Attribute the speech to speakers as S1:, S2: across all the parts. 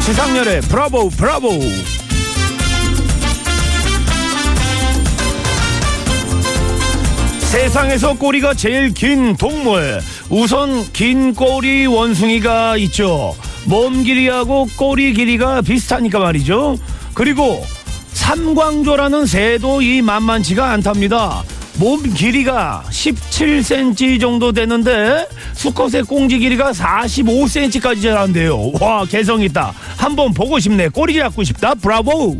S1: 지상렬의 브라보 브라보 세상에서 꼬리가 제일 긴 동물 우선 긴 꼬리 원숭이가 있죠 몸 길이하고 꼬리 길이가 비슷하니까 말이죠 그리고 삼광조라는 새도 이 만만치가 않답니다 몸 길이가 17cm 정도 되는데 수컷의 꽁지 길이가 45cm까지 자란대요 와 개성 있다 한번 보고 싶네 꼬리 잡고 싶다 브라보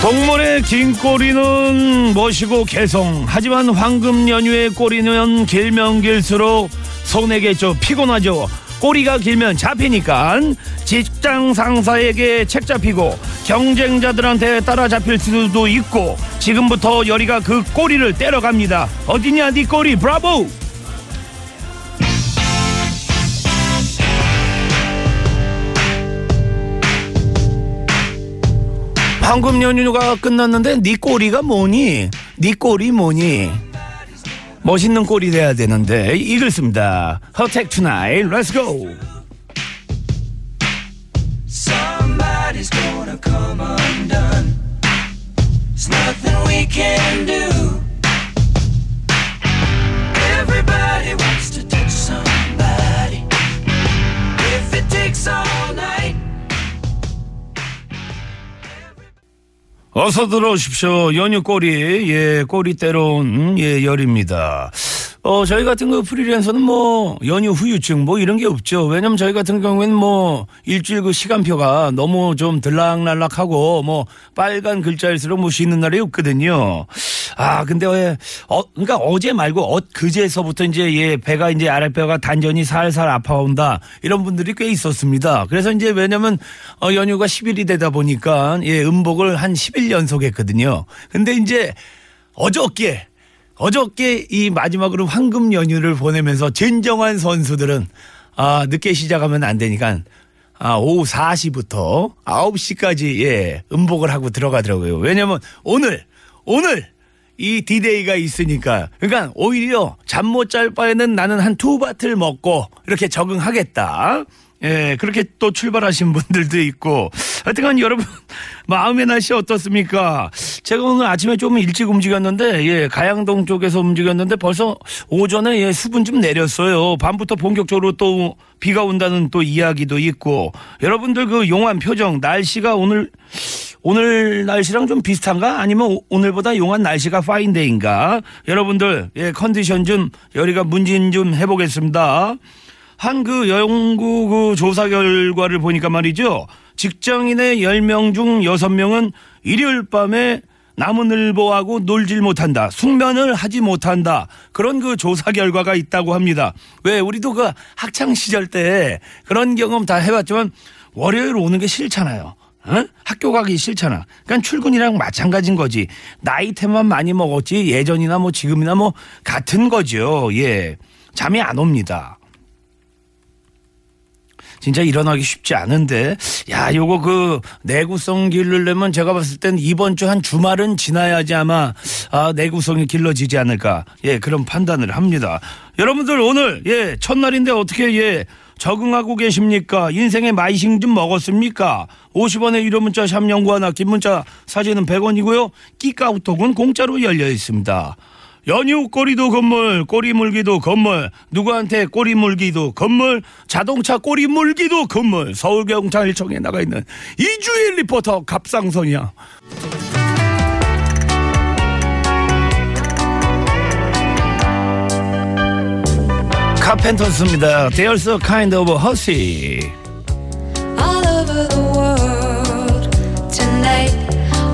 S1: 동물의 긴 꼬리는 멋이고 개성 하지만 황금 연휴의 꼬리는 길면 길수록 손해겠죠 피곤하죠 꼬리가 길면 잡히니까 직장 상사에게 책 잡히고 경쟁자들한테 따라잡힐 수도 있고 지금부터 열이가 그 꼬리를 때려갑니다 어디냐 네 꼬리 브라보 황금 연휴가 끝났는데 네 꼬리가 뭐니? 네 꼬리 뭐니? 멋있는 꼬리 돼야 되는데 이글스입니다. 허택 투나잇 렛츠고
S2: Somebody's gonna come undone. There's nothing we can do. Everybody wants to touch somebody. If it takes all night.
S1: 어서 들어오십시오. 연휴 꼬리 예 꼬리 때론 예 열입니다. 어 저희 같은 그 프리랜서는 뭐 연휴 후유증 뭐 이런 게 없죠. 왜냐면 저희 같은 경우에는 뭐 일주일 그 시간표가 너무 좀 들락날락하고 뭐 빨간 글자일수록 뭐 쉬는 날이 없거든요. 아 근데 왜 어, 그러니까 어제 말고 어, 그제서부터 이제 예 배가 이제 아랫배가 단전이 살살 아파온다 이런 분들이 꽤 있었습니다. 그래서 이제 왜냐면 어, 연휴가 10일이 되다 보니까 예 음복을 한 10일 연속했거든요. 근데 이제 어저께 어저께 이 마지막으로 황금 연휴를 보내면서 진정한 선수들은 아 늦게 시작하면 안 되니까 아 오후 4시부터 9시까지 예 음복을 하고 들어가더라고요. 왜냐면 오늘 오늘 이 디데이가 있으니까 그러니까 오히려 잠 못 잘 바에는 나는 한 두 바틀 먹고 이렇게 적응하겠다. 예, 그렇게 또 출발하신 분들도 있고. 하여튼간 여러분, 마음의 날씨 어떻습니까? 제가 오늘 아침에 좀 일찍 움직였는데, 예, 가양동 쪽에서 움직였는데 벌써 오전에 예, 수분 좀 내렸어요. 밤부터 본격적으로 또 비가 온다는 또 이야기도 있고. 여러분들 그 용한 표정, 날씨가 오늘, 오늘 날씨랑 좀 비슷한가? 아니면 오- 오늘보다 용한 날씨가 파인데인가? 여러분들, 예, 컨디션 좀, 열이가 문진 좀 해보겠습니다. 한 그 연구 그 조사 결과를 보니까 말이죠. 직장인의 10명 중 6명은 일요일 밤에 나무늘보하고 놀질 못한다. 숙면을 하지 못한다. 그런 그 조사 결과가 있다고 합니다. 왜 우리도 그 학창 시절 때 그런 경험 다 해봤지만 월요일 오는 게 싫잖아요. 응? 학교 가기 싫잖아. 그러니까 출근이랑 마찬가지인 거지. 나이테만 많이 먹었지 예전이나 뭐 지금이나 뭐 같은 거죠. 예. 잠이 안 옵니다. 진짜 일어나기 쉽지 않은데 야 요거 그 내구성 길르려면 제가 봤을 땐 이번 주 한 주말은 지나야지 아마 아 내구성이 길러지지 않을까 예 그런 판단을 합니다 여러분들 오늘 예 첫날인데 어떻게 예 적응하고 계십니까 인생의 마이싱 좀 먹었습니까 50원의 유료 문자 샵 연구하나 긴 문자 사진은 100원이고요 끼까우톡은 공짜로 열려 있습니다 연휴 꼬리도 건물, 꼬리 물기도 건물, 누구한테 꼬리 물기도 건물, 자동차 꼬리 물기도 건물, 서울경찰청에 나가 있는 이주일 리포터 갑상선이야. 카펜터스입니다. There's a kind of hussy.
S3: all over the world tonight.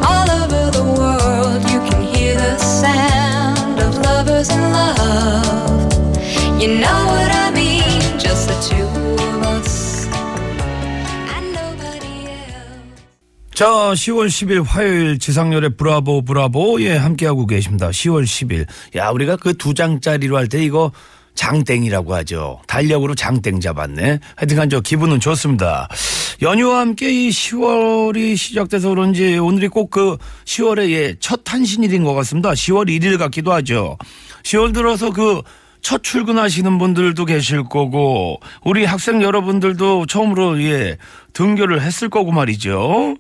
S3: All over the world, you can hear the sound of lovers in love. You know what I mean, just the two of us and nobody else.
S1: 자, 10월 10일 화요일 지상렬의 브라보 브라보 예 함께하고 계십니다. 10월 10일. 야, 우리가 그 두 장짜리로 할 때 이거 장땡이라고 하죠. 달력으로 장땡 잡았네. 하여튼간 저 기분은 좋습니다. 연휴와 함께 이 10월이 시작돼서 그런지 오늘이 꼭 그 10월의 예, 첫 탄신일인 것 같습니다. 10월 1일 같기도 하죠. 10월 들어서 그 첫 출근하시는 분들도 계실 거고 우리 학생 여러분들도 처음으로 예 등교를 했을 거고 말이죠.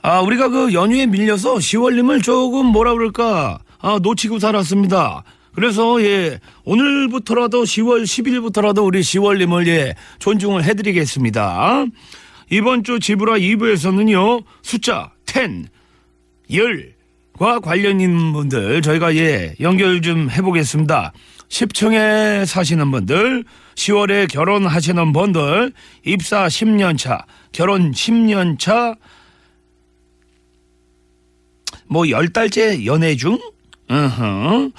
S1: 아, 우리가 그 연휴에 밀려서 10월님을 조금 뭐라 그럴까, 아, 놓치고 살았습니다. 그래서, 예, 오늘부터라도 10월 10일부터라도 우리 10월님을, 예, 존중을 해드리겠습니다. 이번 주 지브라 2부에서는요, 숫자 10, 10, 과 관련 있는 분들 저희가 예 연결 좀 해보겠습니다. 10층에 사시는 분들, 10월에 결혼하시는 분들, 입사 10년 차, 결혼 10년 차, 뭐 열 달째 연애 중? 어허.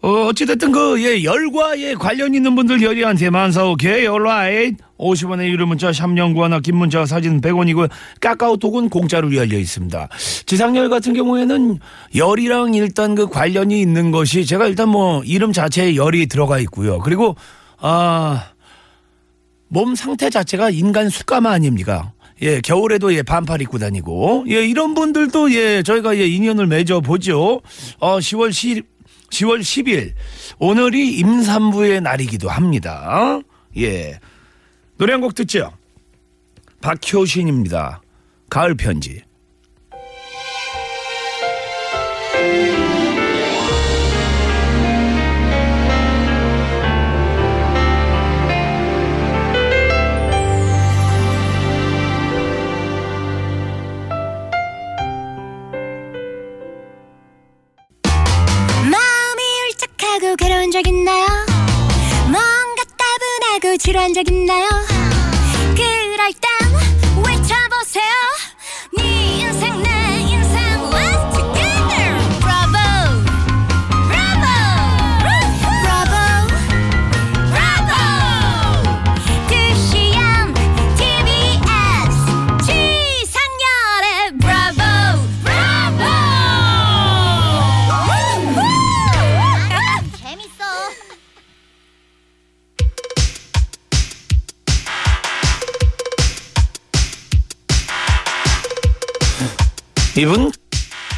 S1: 어, 어찌됐든 그, 예, 열과, 예, 관련 있는 분들 열이한테만 사오케이, alright. 50원의 유료 문자, 샵연구하나, 긴 문자, 사진 100원이고, 카카오톡은 공짜로 열려 있습니다. 지상열 같은 경우에는 열이랑 일단 그 관련이 있는 것이, 제가 일단 뭐, 이름 자체에 열이 들어가 있고요. 그리고, 아, 몸 상태 자체가 인간 숙가마 아닙니까? 예, 겨울에도 예, 반팔 입고 다니고. 예, 이런 분들도 예, 저희가 예, 인연을 맺어보죠. 어, 10월 10, 10월 10일. 오늘이 임산부의 날이기도 합니다. 예. 노래 한 곡 듣죠? 박효신입니다. 가을 편지.
S4: 마음이 울적하고 괴로운 적 있나요? 뭔가 따분하고 지루한 적 있나요? 그럴 땐 외쳐보세요 네 인생 내 인생 Let's together Bravo Bravo Bravo Bravo 2시엔 TBS 지상렬의 Bravo Bravo 재밌어
S1: 이분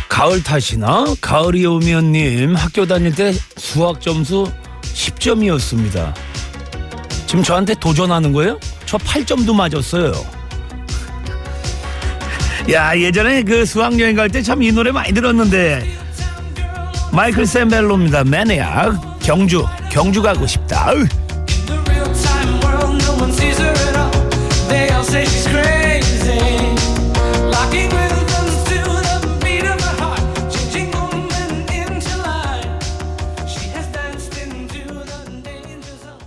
S1: 가을 탓이나 가을이 오면 님 학교 다닐 때 수학 점수 10점이었습니다. 지금 저한테 도전하는 거예요? 저 8점도 맞았어요. 야 예전에 그 수학 여행 갈 때 참 이 노래 많이 들었는데 마이클 샌벨로입니다. 매니악 경주 경주 가고 싶다. 으.
S2: The real time world, no one sees her at all. They all say she's crazy. Locking rhythms to the beat of her heart, changing moment into line. She has danced into the danger zone.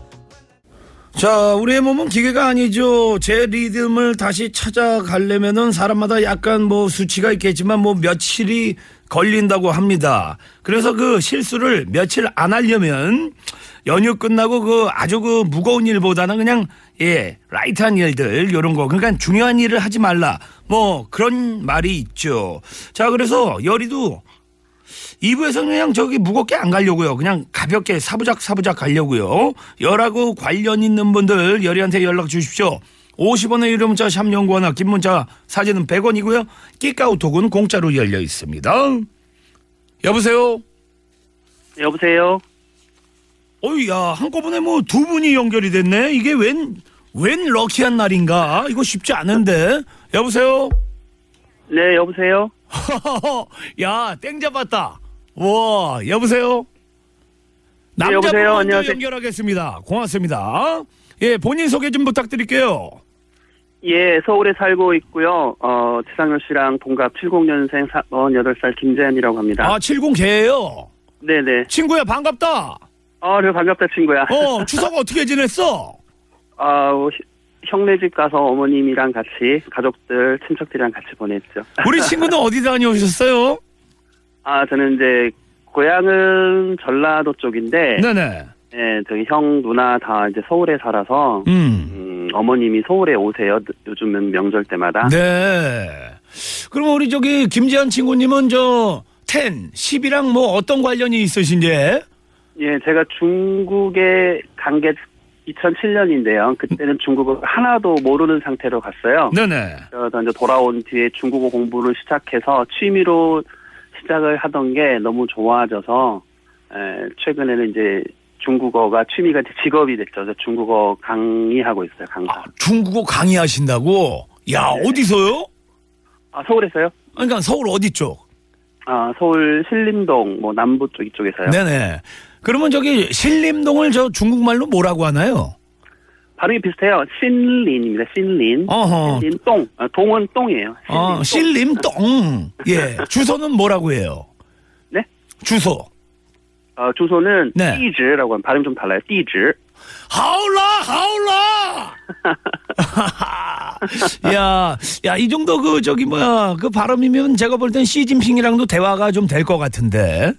S1: 자, 우리의 몸은 기계가 아니죠. 제 리듬을 다시 찾아가려면은 사람마다 약간 뭐 수치가 있겠지만 뭐 며칠이 걸린다고 합니다. 그래서 그 실수를 며칠 안 하려면 연휴 끝나고 그 아주 그 무거운 일보다는 그냥 예, 라이트한 일들 요런 거. 그러니까 중요한 일을 하지 말라. 뭐 그런 말이 있죠. 자, 그래서 열이도 2부에서는 그냥 저기 무겁게 안 가려고요. 그냥 가볍게 사부작 사부작 가려고요. 열하고 관련 있는 분들 열이한테 연락 주십시오. 50원의 유료 문자 샵 연구원화 긴 문자 사진은 100원이고요. 끼까우톡은 공짜로 열려 있습니다. 여보세요.
S5: 여보세요.
S1: 어이 야 한꺼번에 뭐 두 분이 연결이 됐네. 이게 웬 웬 럭키한 날인가? 이거 쉽지 않은데. 여보세요.
S5: 네, 여보세요.
S1: 야, 땡 잡았다. 와, 여보세요?
S5: 네,
S1: 남자분
S5: 여보세요?
S1: 먼저
S5: 안녕하세요.
S1: 연결하겠습니다. 고맙습니다. 예, 본인 소개 좀 부탁드릴게요.
S5: 예, 서울에 살고 있고요. 어, 지상열 씨랑 동갑 70년생 48살 김재현이라고 합니다.
S1: 아, 70개예요.
S5: 네네.
S1: 친구야, 반갑다.
S5: 아, 네, 반갑다, 친구야.
S1: 어, 추석 어떻게 지냈어?
S5: 아, 어, 시- 형네 집 가서 어머님이랑 같이, 가족들, 친척들이랑 같이 보냈죠.
S1: 우리 친구는 어디 다녀오셨어요?
S5: 아, 저는 이제, 고향은 전라도 쪽인데,
S1: 네네.
S5: 예, 저희 형, 누나 다 이제 서울에 살아서,
S1: 음.
S5: 음, 어머님이 서울에 오세요. 요즘은 명절 때마다.
S1: 네. 그럼 우리 저기 김재현 친구님은 저 10, 10이랑 뭐 어떤 관련이 있으신지?
S5: 예, 제가 중국에 간 게 2007년인데요. 그때는 중국어 하나도 모르는 상태로 갔어요.
S1: 네네.
S5: 그래서 이제 돌아온 뒤에 중국어 공부를 시작해서 취미로 시작을 하던 게 너무 좋아져서 에, 최근에는 이제 중국어가 취미가 이제 직업이 됐죠. 그래서 중국어 강의하고 있어요.
S1: 아.
S5: 강사.
S1: 중국어 강의하신다고? 야,
S5: 네.
S1: 어디서요?
S5: 아 서울에서요?
S1: 아니, 그러니까 서울 어디 쪽?
S5: 아 서울 신림동 뭐 남부 쪽 이쪽에서요.
S1: 네네. 그러면 저기 신림동을 저 중국말로 뭐라고 하나요?
S5: 발음이 비슷해요. 신린입니다. 신린.
S1: 어허.
S5: 신림동. 아, 동은 똥이에요.
S1: 어,
S5: 신림동.
S1: 신림동. 예. 주소는 뭐라고 해요?
S5: 네?
S1: 주소.
S5: 어, 주소는
S1: 네.
S5: 띠즈라고 하면 발음 좀 달라요. 띠즈.
S1: 하울라 하울라 야야 이 정도 그 저기 뭐야 그 발음이면 제가 볼 땐 시진핑이랑도 대화가 좀 될 것 같은데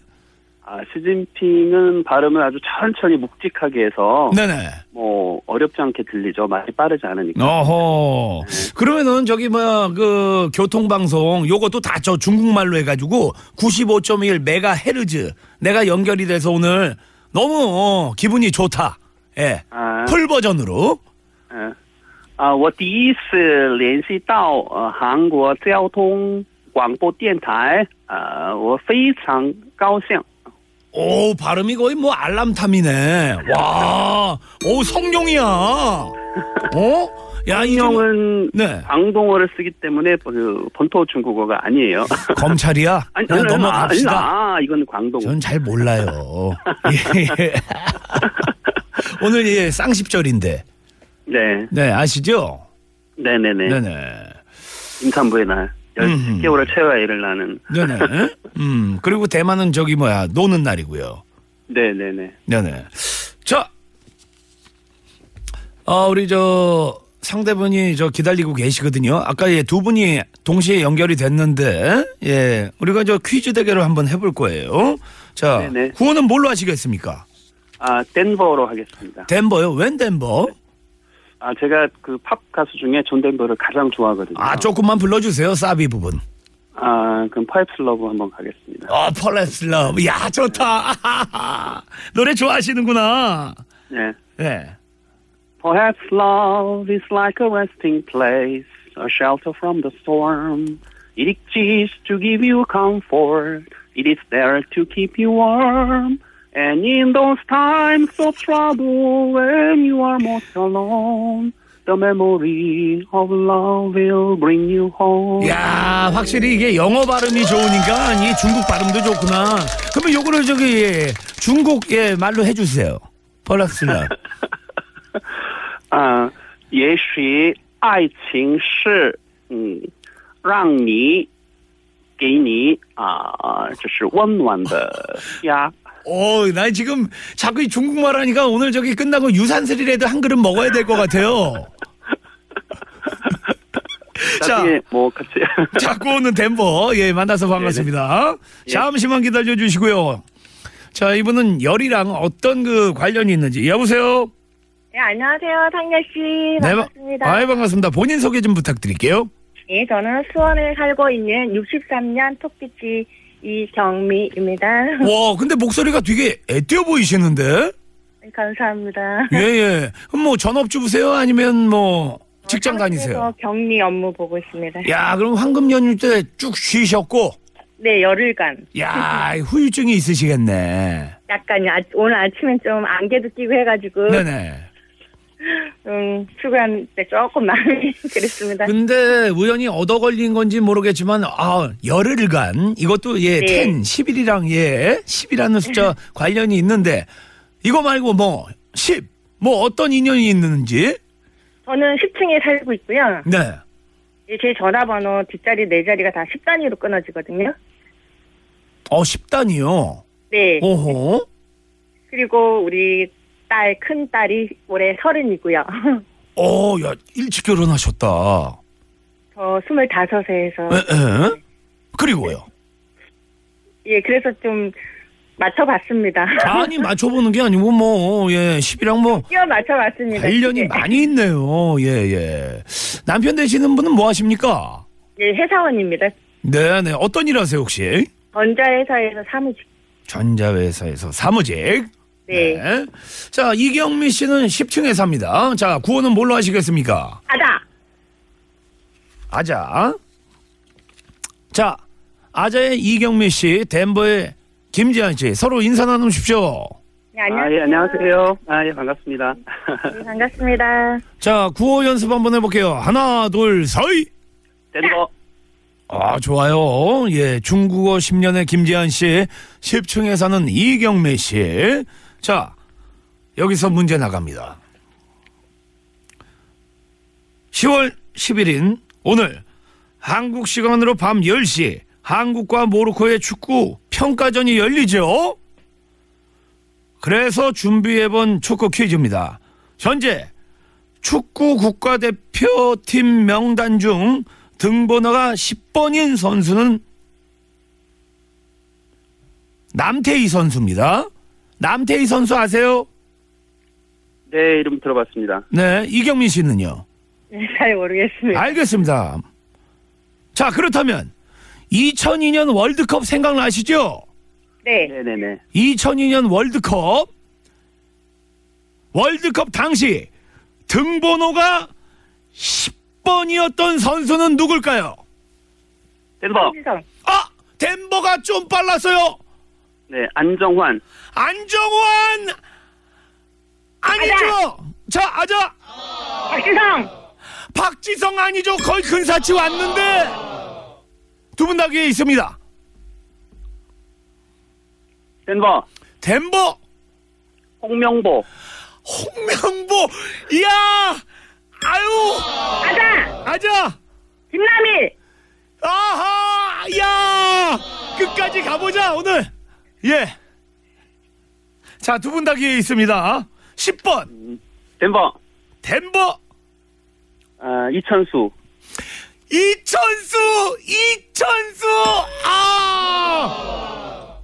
S5: 아, 시진핑은 발음을 아주 천천히 묵직하게 해서
S1: 네네
S5: 뭐 어렵지 않게 들리죠. 말이 빠르지 않으니까.
S1: 어허 그러면은 저기 뭐야 그 교통방송 요것도 다 저 중국말로 해가지고 95.1 메가 헤르즈 내가 연결이 돼서 오늘 너무 어, 기분이 좋다 예
S5: 아.
S1: 풀 버전으로
S5: 예. 아, 어, 아, 我第一次联系到呃韩国交通广播电台，呃，我非常高兴。
S1: 오 발음이 거의 뭐 알람탐이네. 와, 오 성룡이야. 어? 야 이정은
S5: 형은
S1: 네.
S5: 광동어를 쓰기 때문에 그 본토 중국어가 아니에요.
S1: 검찰이야.
S5: 아니,
S1: 네. 그냥
S5: 아니, 아니,
S1: 넘어갑시다.
S5: 아니, 아, 이건 광동어.
S1: 저는 잘 몰라요. 예. 오늘 예 쌍십절인데,
S5: 네,
S1: 네 아시죠?
S5: 네네네.
S1: 네네,
S5: 임산부의 날.
S1: 음.
S5: 10개월을 채워야 일을 나는.
S1: 네네. 음 그리고 대만은 저기 뭐야 노는 날이고요.
S5: 네네네.
S1: 네네. 자, 아 우리 저 상대분이 저 기다리고 계시거든요. 아까 예, 두 분이 동시에 연결이 됐는데, 예, 우리가 저 퀴즈 대결을 한번 해볼 거예요. 자,
S5: 네네.
S1: 구호는 뭘로 하시겠습니까?
S5: 아, 덴버로 하겠습니다.
S1: 덴버요. 웬 덴버?
S5: 아, 제가 그 팝 가수 중에 존 덴버를 가장 좋아하거든요.
S1: 아 조금만 불러주세요. 사비 부분.
S5: 아, 그럼 파이프 러브 한번 가겠습니다.
S1: 어, 펄레스 러브. 야 좋다. 아하하하. 노래 좋아하시는구나.
S5: 네.
S1: 네.
S5: Perhaps love is like a resting place, a shelter from the storm. It exists to give you comfort. It is there to keep you warm. And in those times of trouble, when you are most alone, the memory of love will bring you home.
S1: 야 확실히 이게 영어 발음이 좋으니까 이 중국 발음도 좋구나. 그러면 요거를 저기 예, 중국 예 말로 해주세요. 펄락슬라.
S5: 아, 也许爱情是，嗯，让你，给你啊，就是温暖的家。
S1: 어, 나 지금 자꾸 이 중국말 하니까 오늘 저기 끝나고 유산슬이라도 한 그릇 먹어야 될 것 같아요. 자,
S5: 나중에 뭐 같이
S1: 자꾸 오는 덴버 예 만나서 반갑습니다.
S5: 예.
S1: 잠시만 기다려 주시고요. 자, 이분은 열이랑 어떤 그 관련이 있는지 여보세요.
S6: 네, 안녕하세요, 상렬 씨.
S1: 네,
S6: 반갑습니다.
S1: 아이 반갑습니다. 본인 소개 좀 부탁드릴게요.
S6: 예, 저는 수원에 살고 있는 63년 토끼지 이경미입니다.
S1: 와, 근데 목소리가 되게 애띄어 보이시는데?
S6: 네, 감사합니다.
S1: 예, 예. 그럼 뭐 전업주부세요? 아니면 뭐 직장 다니세요?
S6: 한국에서 격리 업무 보고 있습니다.
S1: 야, 그럼 황금 연휴 때 쭉 쉬셨고,
S6: 네, 열흘간.
S1: 야, 이 후유증이 있으시겠네.
S6: 약간 아, 오늘 아침엔 좀 안개도 끼고 해가지고
S1: 네네.
S6: 음, 출근할 때 조금 마음이 그랬습니다.
S1: 근데 우연히 얻어 걸린 건지 모르겠지만, 아, 열흘간, 이것도 예,
S6: 네.
S1: 10, 10일이랑 예, 10이라는 숫자 관련이 있는데, 이거 말고 뭐, 10, 뭐 어떤 인연이 있는지,
S6: 저는 10층에 살고 있고요.
S1: 네.
S6: 예, 제 전화번호 뒷자리 네 자리가 다 10단위로 끊어지거든요.
S1: 어, 10단이요.
S6: 네.
S1: 어? 오호.
S6: 그리고 우리 딸, 큰 딸이 올해 서른이고요.
S1: 어, 야, 일찍 결혼하셨다.
S6: 저 25에 해서
S1: 에, 에? 그리고요.
S6: 예, 그래서 좀 맞춰봤습니다.
S1: 아니, 맞춰보는 게 아니고, 뭐, 예, 10이랑 뭐,
S6: 뛰어 맞춰봤습니다.
S1: 관련이
S6: 예,
S1: 많이 있네요. 예, 예. 남편 되시는 분은 뭐 하십니까?
S6: 예, 회사원입니다.
S1: 네, 네. 어떤 일 하세요, 혹시?
S6: 전자회사에서 사무직.
S1: 전자회사에서 사무직.
S6: 네.
S1: 자, 이경미 씨는 10층에 삽니다. 자, 구호는 뭘로 하시겠습니까?
S6: 아다.
S1: 아자. 자, 아자의 이경미 씨, 덴버의 김지한 씨, 서로 인사 나누십시오.
S6: 네,
S5: 아, 예,
S6: 안녕하세요.
S5: 안녕하세요. 아, 예, 반갑습니다.
S6: 네, 반갑습니다.
S1: 자, 구호 연습 한번 해볼게요. 하나, 둘, 서이!
S5: 덴버.
S1: 아, 좋아요. 예, 중국어 10년의 김지한 씨, 10층에 사는 이경미 씨. 자, 여기서 문제 나갑니다. 10월 10일인 오늘 한국 시간으로 밤 10시 한국과 모로코의 축구 평가전이 열리죠. 그래서 준비해본 축구 퀴즈입니다. 현재 축구 국가대표팀 명단 중 등번호가 10번인 선수는 남태희 선수입니다. 남태희 선수 아세요?
S5: 네, 이름 들어봤습니다.
S1: 네, 이경민 씨는요.
S6: 네, 잘 모르겠습니다.
S1: 알겠습니다. 자, 그렇다면 2002년 월드컵 생각나시죠?
S6: 네.
S5: 네네네.
S1: 2002년 월드컵 월드컵 당시 등번호가 10번이었던 선수는 누굴까요?
S5: 덴버.
S6: 홍지성.
S1: 아, 덴버가 좀 빨랐어요.
S5: 네, 안정환.
S1: 안정환 아니죠? 자, 아자
S6: 박지성.
S1: 박지성 아니죠? 거의 근사치 왔는데 두 분 다 기회 있습니다.
S5: 덴버.
S1: 덴버
S5: 홍명보.
S1: 홍명보 이야 아유
S6: 아다.
S1: 아자
S6: 김남일.
S1: 아하! 야! 끝까지 가보자, 오늘! 예. 자, 두 분 다 기회 있습니다. 10번,
S5: 덴버.
S1: 덴버,
S5: 아, 이천수.
S1: 이천수! 이천수! 아!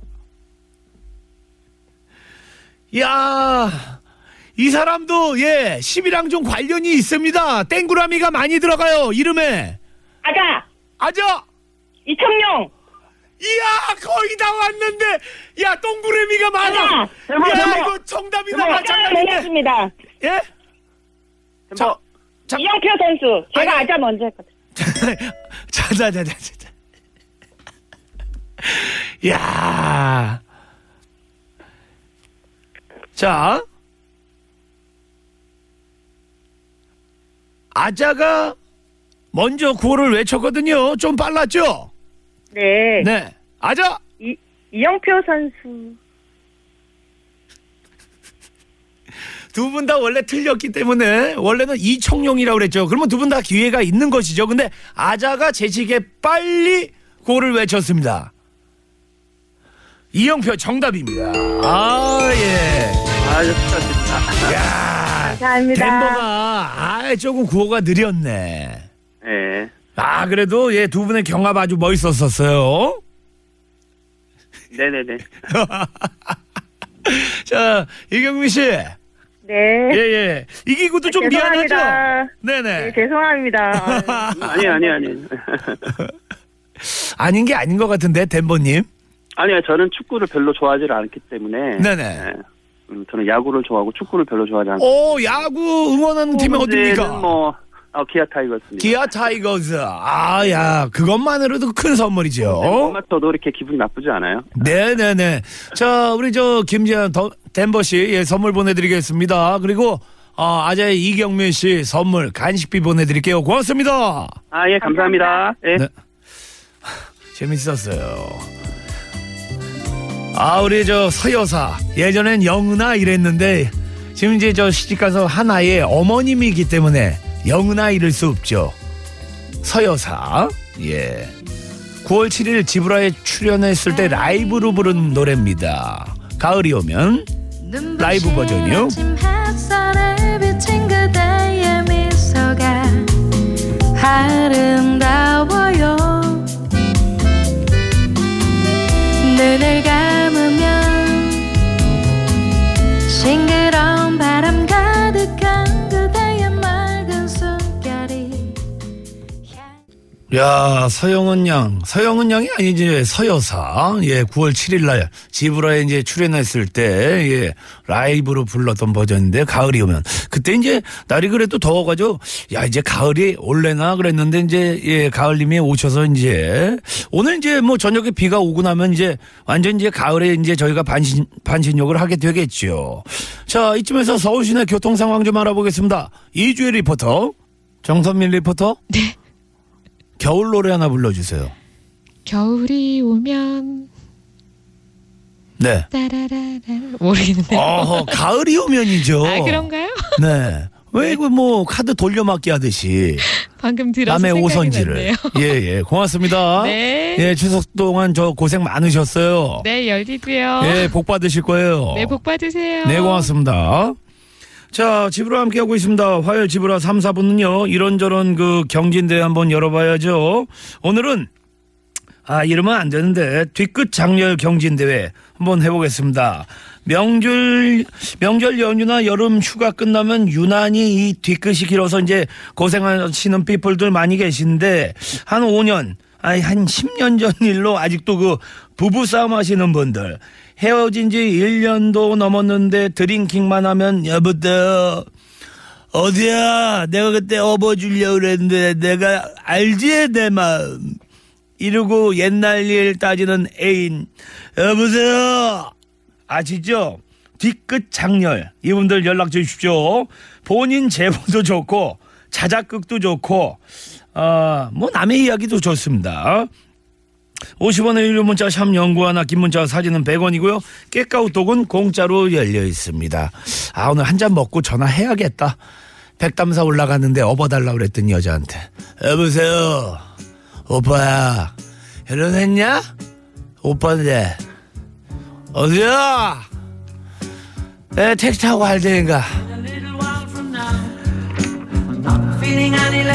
S1: 야! 이 사람도, 예, 10이랑 좀 관련이 있습니다. 땡구라미가 많이 들어가요, 이름에.
S6: 아다.
S1: 아저!
S6: 이청용.
S1: 이야 거의 다 왔는데 야 동그라미가 많아
S6: 어머, 어머,
S1: 야
S6: 어머.
S1: 이거 정답이다
S6: 정말 깜짝
S1: 마찬가지네
S6: 놀랐습니다.
S1: 예?
S5: 덴버.
S1: 자,
S6: 이영표 선수. 제가 아자 먼저 했거든요.
S1: 자자자자자 야. 자 아자가 먼저 구호를 외쳤거든요 좀 빨랐죠?
S6: 네.
S1: 네 아자
S6: 이, 이영표 선수.
S1: 두 분 다 원래 틀렸기 때문에 원래는 이청용이라고 그랬죠. 그러면 두 분 다 기회가 있는 것이죠. 근데 아자가 재치게 빨리 골을 외쳤습니다. 이영표 정답입니다. 아 예.
S5: 아, 수고하셨습니다.
S1: 야
S6: 네. 감사합니다.
S1: 덴버가 아 조금 구호가 느렸네.
S5: 예.
S1: 아 그래도 예 두 분의 경합 아주 멋있었었어요.
S5: 네네네.
S1: 자 이경민 씨
S6: 네.
S1: 예예 이기고도 좀 미안하죠.
S6: 죄송합니다.
S1: 네네.
S6: 네, 죄송합니다. 아유.
S5: 아니, 아니, 아니.
S1: 아닌 게 아닌 것 같은데 덴버님.
S5: 아니요, 저는 축구를 별로 좋아하지 않기 때문에.
S1: 네네.
S5: 예. 음, 저는 야구를 좋아하고 축구를 별로 좋아하지 않고.
S1: 오 야구 응원하는 어, 팀이 어딥니까?
S5: 뭐, 어, 기아 타이거스입니다.
S1: 기아 타이거즈. 아, 야, 그것만으로도 큰 선물이죠.
S5: 엄마 네, 뭐, 저도 이렇게 기분이 나쁘지 않아요?
S1: 네네네. 자, 우리 저 김재현 더- 덴버 씨, 예, 선물 보내드리겠습니다. 그리고, 어, 아자의 이경민 씨 선물 간식비 보내드릴게요. 고맙습니다.
S5: 아, 예, 감사합니다. 예.
S1: 네. 재밌었어요. 아, 우리 저 서여사. 예전엔 영은아 이랬는데, 지금 이제 저 시집가서 한 아이의 어머님이기 때문에 영은아 이럴 수 없죠. 서여사. 예. 9월 7일 지브라에 출연했을 때 라이브로 부른 노래입니다. 가을이 오면. 라이브 버전이요?
S3: 아침 햇살에 비친 그대의 미소가 아름다워요 눈을 감으면 싱그러운 바람 가득한 그대의 맑은 숨결이 향-
S1: 야, 서영은 양. 서영은 양이 아니지, 서여사. 예, 9월 7일날 지브라에 이제 출연했을 때, 예, 라이브로 불렀던 버전인데, 가을이 오면. 그때 이제 날이 그래도 더워가지고, 야, 이제 가을이 올래나 그랬는데, 이제, 예, 가을님이 오셔서 이제, 오늘 이제 뭐 저녁에 비가 오고 나면 이제, 완전 이제 가을에 이제 저희가 반신, 반신욕을 하게 되겠죠. 자, 이쯤에서 서울시내 교통 상황 좀 알아보겠습니다. 이주혜 리포터. 정선민 리포터. 겨울 노래 하나 불러주세요.
S7: 겨울이 오면
S1: 네.
S7: 따라라라 모르겠는데.
S1: 어, 가을이 오면이죠.
S7: 네. 아 그런가요?
S1: 네. 왜 이거 뭐 카드 돌려막기 하듯이
S7: 방금 들어서
S1: 남의
S7: 생각이
S1: 오선지를.
S7: 났네요.
S1: 예예. 고맙습니다.
S7: 네.
S1: 예, 추석 동안 저 고생 많으셨어요.
S7: 네 열리고요.
S1: 예, 복 받으실 거예요.
S7: 네 복 받으세요.
S1: 네, 고맙습니다. 자, 집으로 함께하고 있습니다. 화요일 집으로 3, 4분은요, 이런저런 그 경진대회 한번 열어봐야죠. 오늘은, 아, 이러면 안 되는데, 뒤끝 장렬 경진대회 한번 해보겠습니다. 명절, 명절 연휴나 여름 휴가 끝나면 유난히 이 뒤끝이 길어서 이제 고생하시는 피플들 많이 계신데, 한 5년, 아니, 한 10년 전 일로 아직도 그 부부싸움 하시는 분들, 헤어진 지 1년도 넘었는데 드링킹만 하면 여보세요. 어디야? 내가 그때 업어주려고 그랬는데 내가 알지 내 마음. 이러고 옛날 일 따지는 애인. 여보세요. 아시죠? 뒤끝 장렬. 이분들 연락 주십시오. 본인 제보도 좋고 자작극도 좋고 아, 뭐 남의 이야기도 좋습니다. 50원의 유료 문자 샵 연구하나 긴 문자 사진은 100원이고요. 깨까우톡은 공짜로 열려 있습니다. 아 오늘 한 잔 먹고 전화해야겠다. 백담사 올라갔는데 업어달라 그랬던 여자한테 여보세요 오빠야 결혼했냐? 오빠인데 어디야? 에 택시 타고 갈 테니까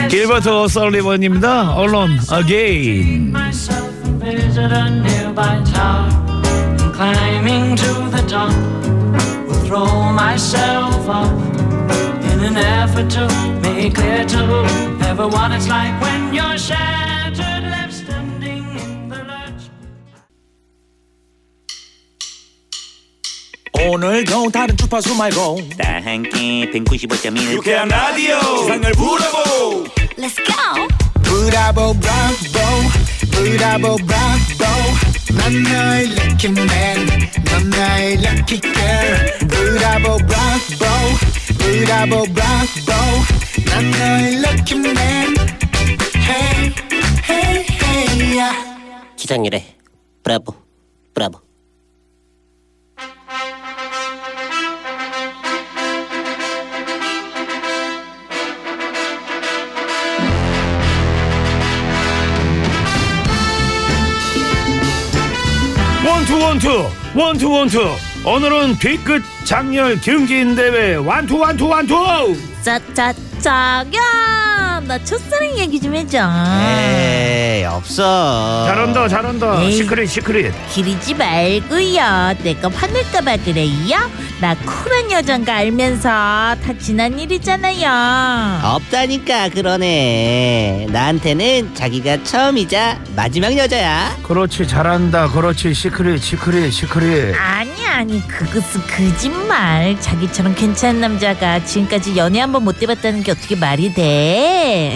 S1: 길버트 설리번입니다. 언론 어게인
S2: myself and visit a nearby tower. And climbing to the top, will throw myself off in an effort to make clear to everyone it's like when you're shattered, left standing in the lurch.
S8: 오늘도 다른 주파수 말고
S9: 다 함께 195.1
S8: 유쾌한 라디오 세상을 브라보
S10: Let's go.
S8: 브라보 브라보 브라보 브라보 난 너의 럭키 맨넌 나의 럭키 걸 브라보 브라보 브라보 브라보 난 너의 럭키 맨 헤이 헤이 헤이 야
S9: 기상률에 브라보 브라보
S1: 원투 원투 원투 원투 오늘은 뒤끝 장렬 경기인 대회 완투 완투 완투
S10: 짜짜짜야. 나 첫사랑 얘기 좀 해줘.
S9: 에이 없어
S1: 잘한다 잘한다
S10: 에이.
S1: 시크릿 시크릿
S10: 기리지 말고요. 내가 화낼까봐 그래요. 나 쿨한 여잔 거 알면서 다 지난 일이잖아요.
S9: 없다니까 그러네 나한테는 자기가 처음이자 마지막 여자야
S1: 그렇지 잘한다 그렇지 시크릿 시크릿 시크릿
S10: 아니 아니 그것은 거짓말. 자기처럼 괜찮은 남자가 지금까지 연애 한 번 못 해봤다는 게 어떻게 말이 돼?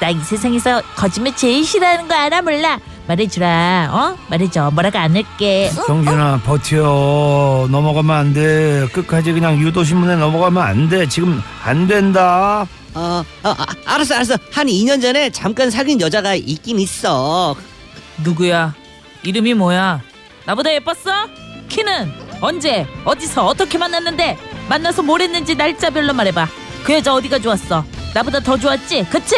S10: 나 이 세상에서 거짓말 제일 싫어하는 거 알아 몰라? 말해주라. 어? 말해줘. 뭐라고 안 할게. 응?
S1: 경준아 버텨 넘어가면 안 돼 끝까지 그냥 유도신문에 넘어가면 안 돼 지금 안 된다
S9: 어, 어 아, 알았어 알았어 한 2년 전에 잠깐 사귄 여자가 있긴 있어
S11: 누구야? 이름이 뭐야? 나보다 예뻤어? 키는? 언제? 어디서? 어떻게 만났는데? 만나서 뭘 했는지 날짜별로 말해봐. 그 여자 어디가 좋았어? 나보다 더 좋았지? 그치?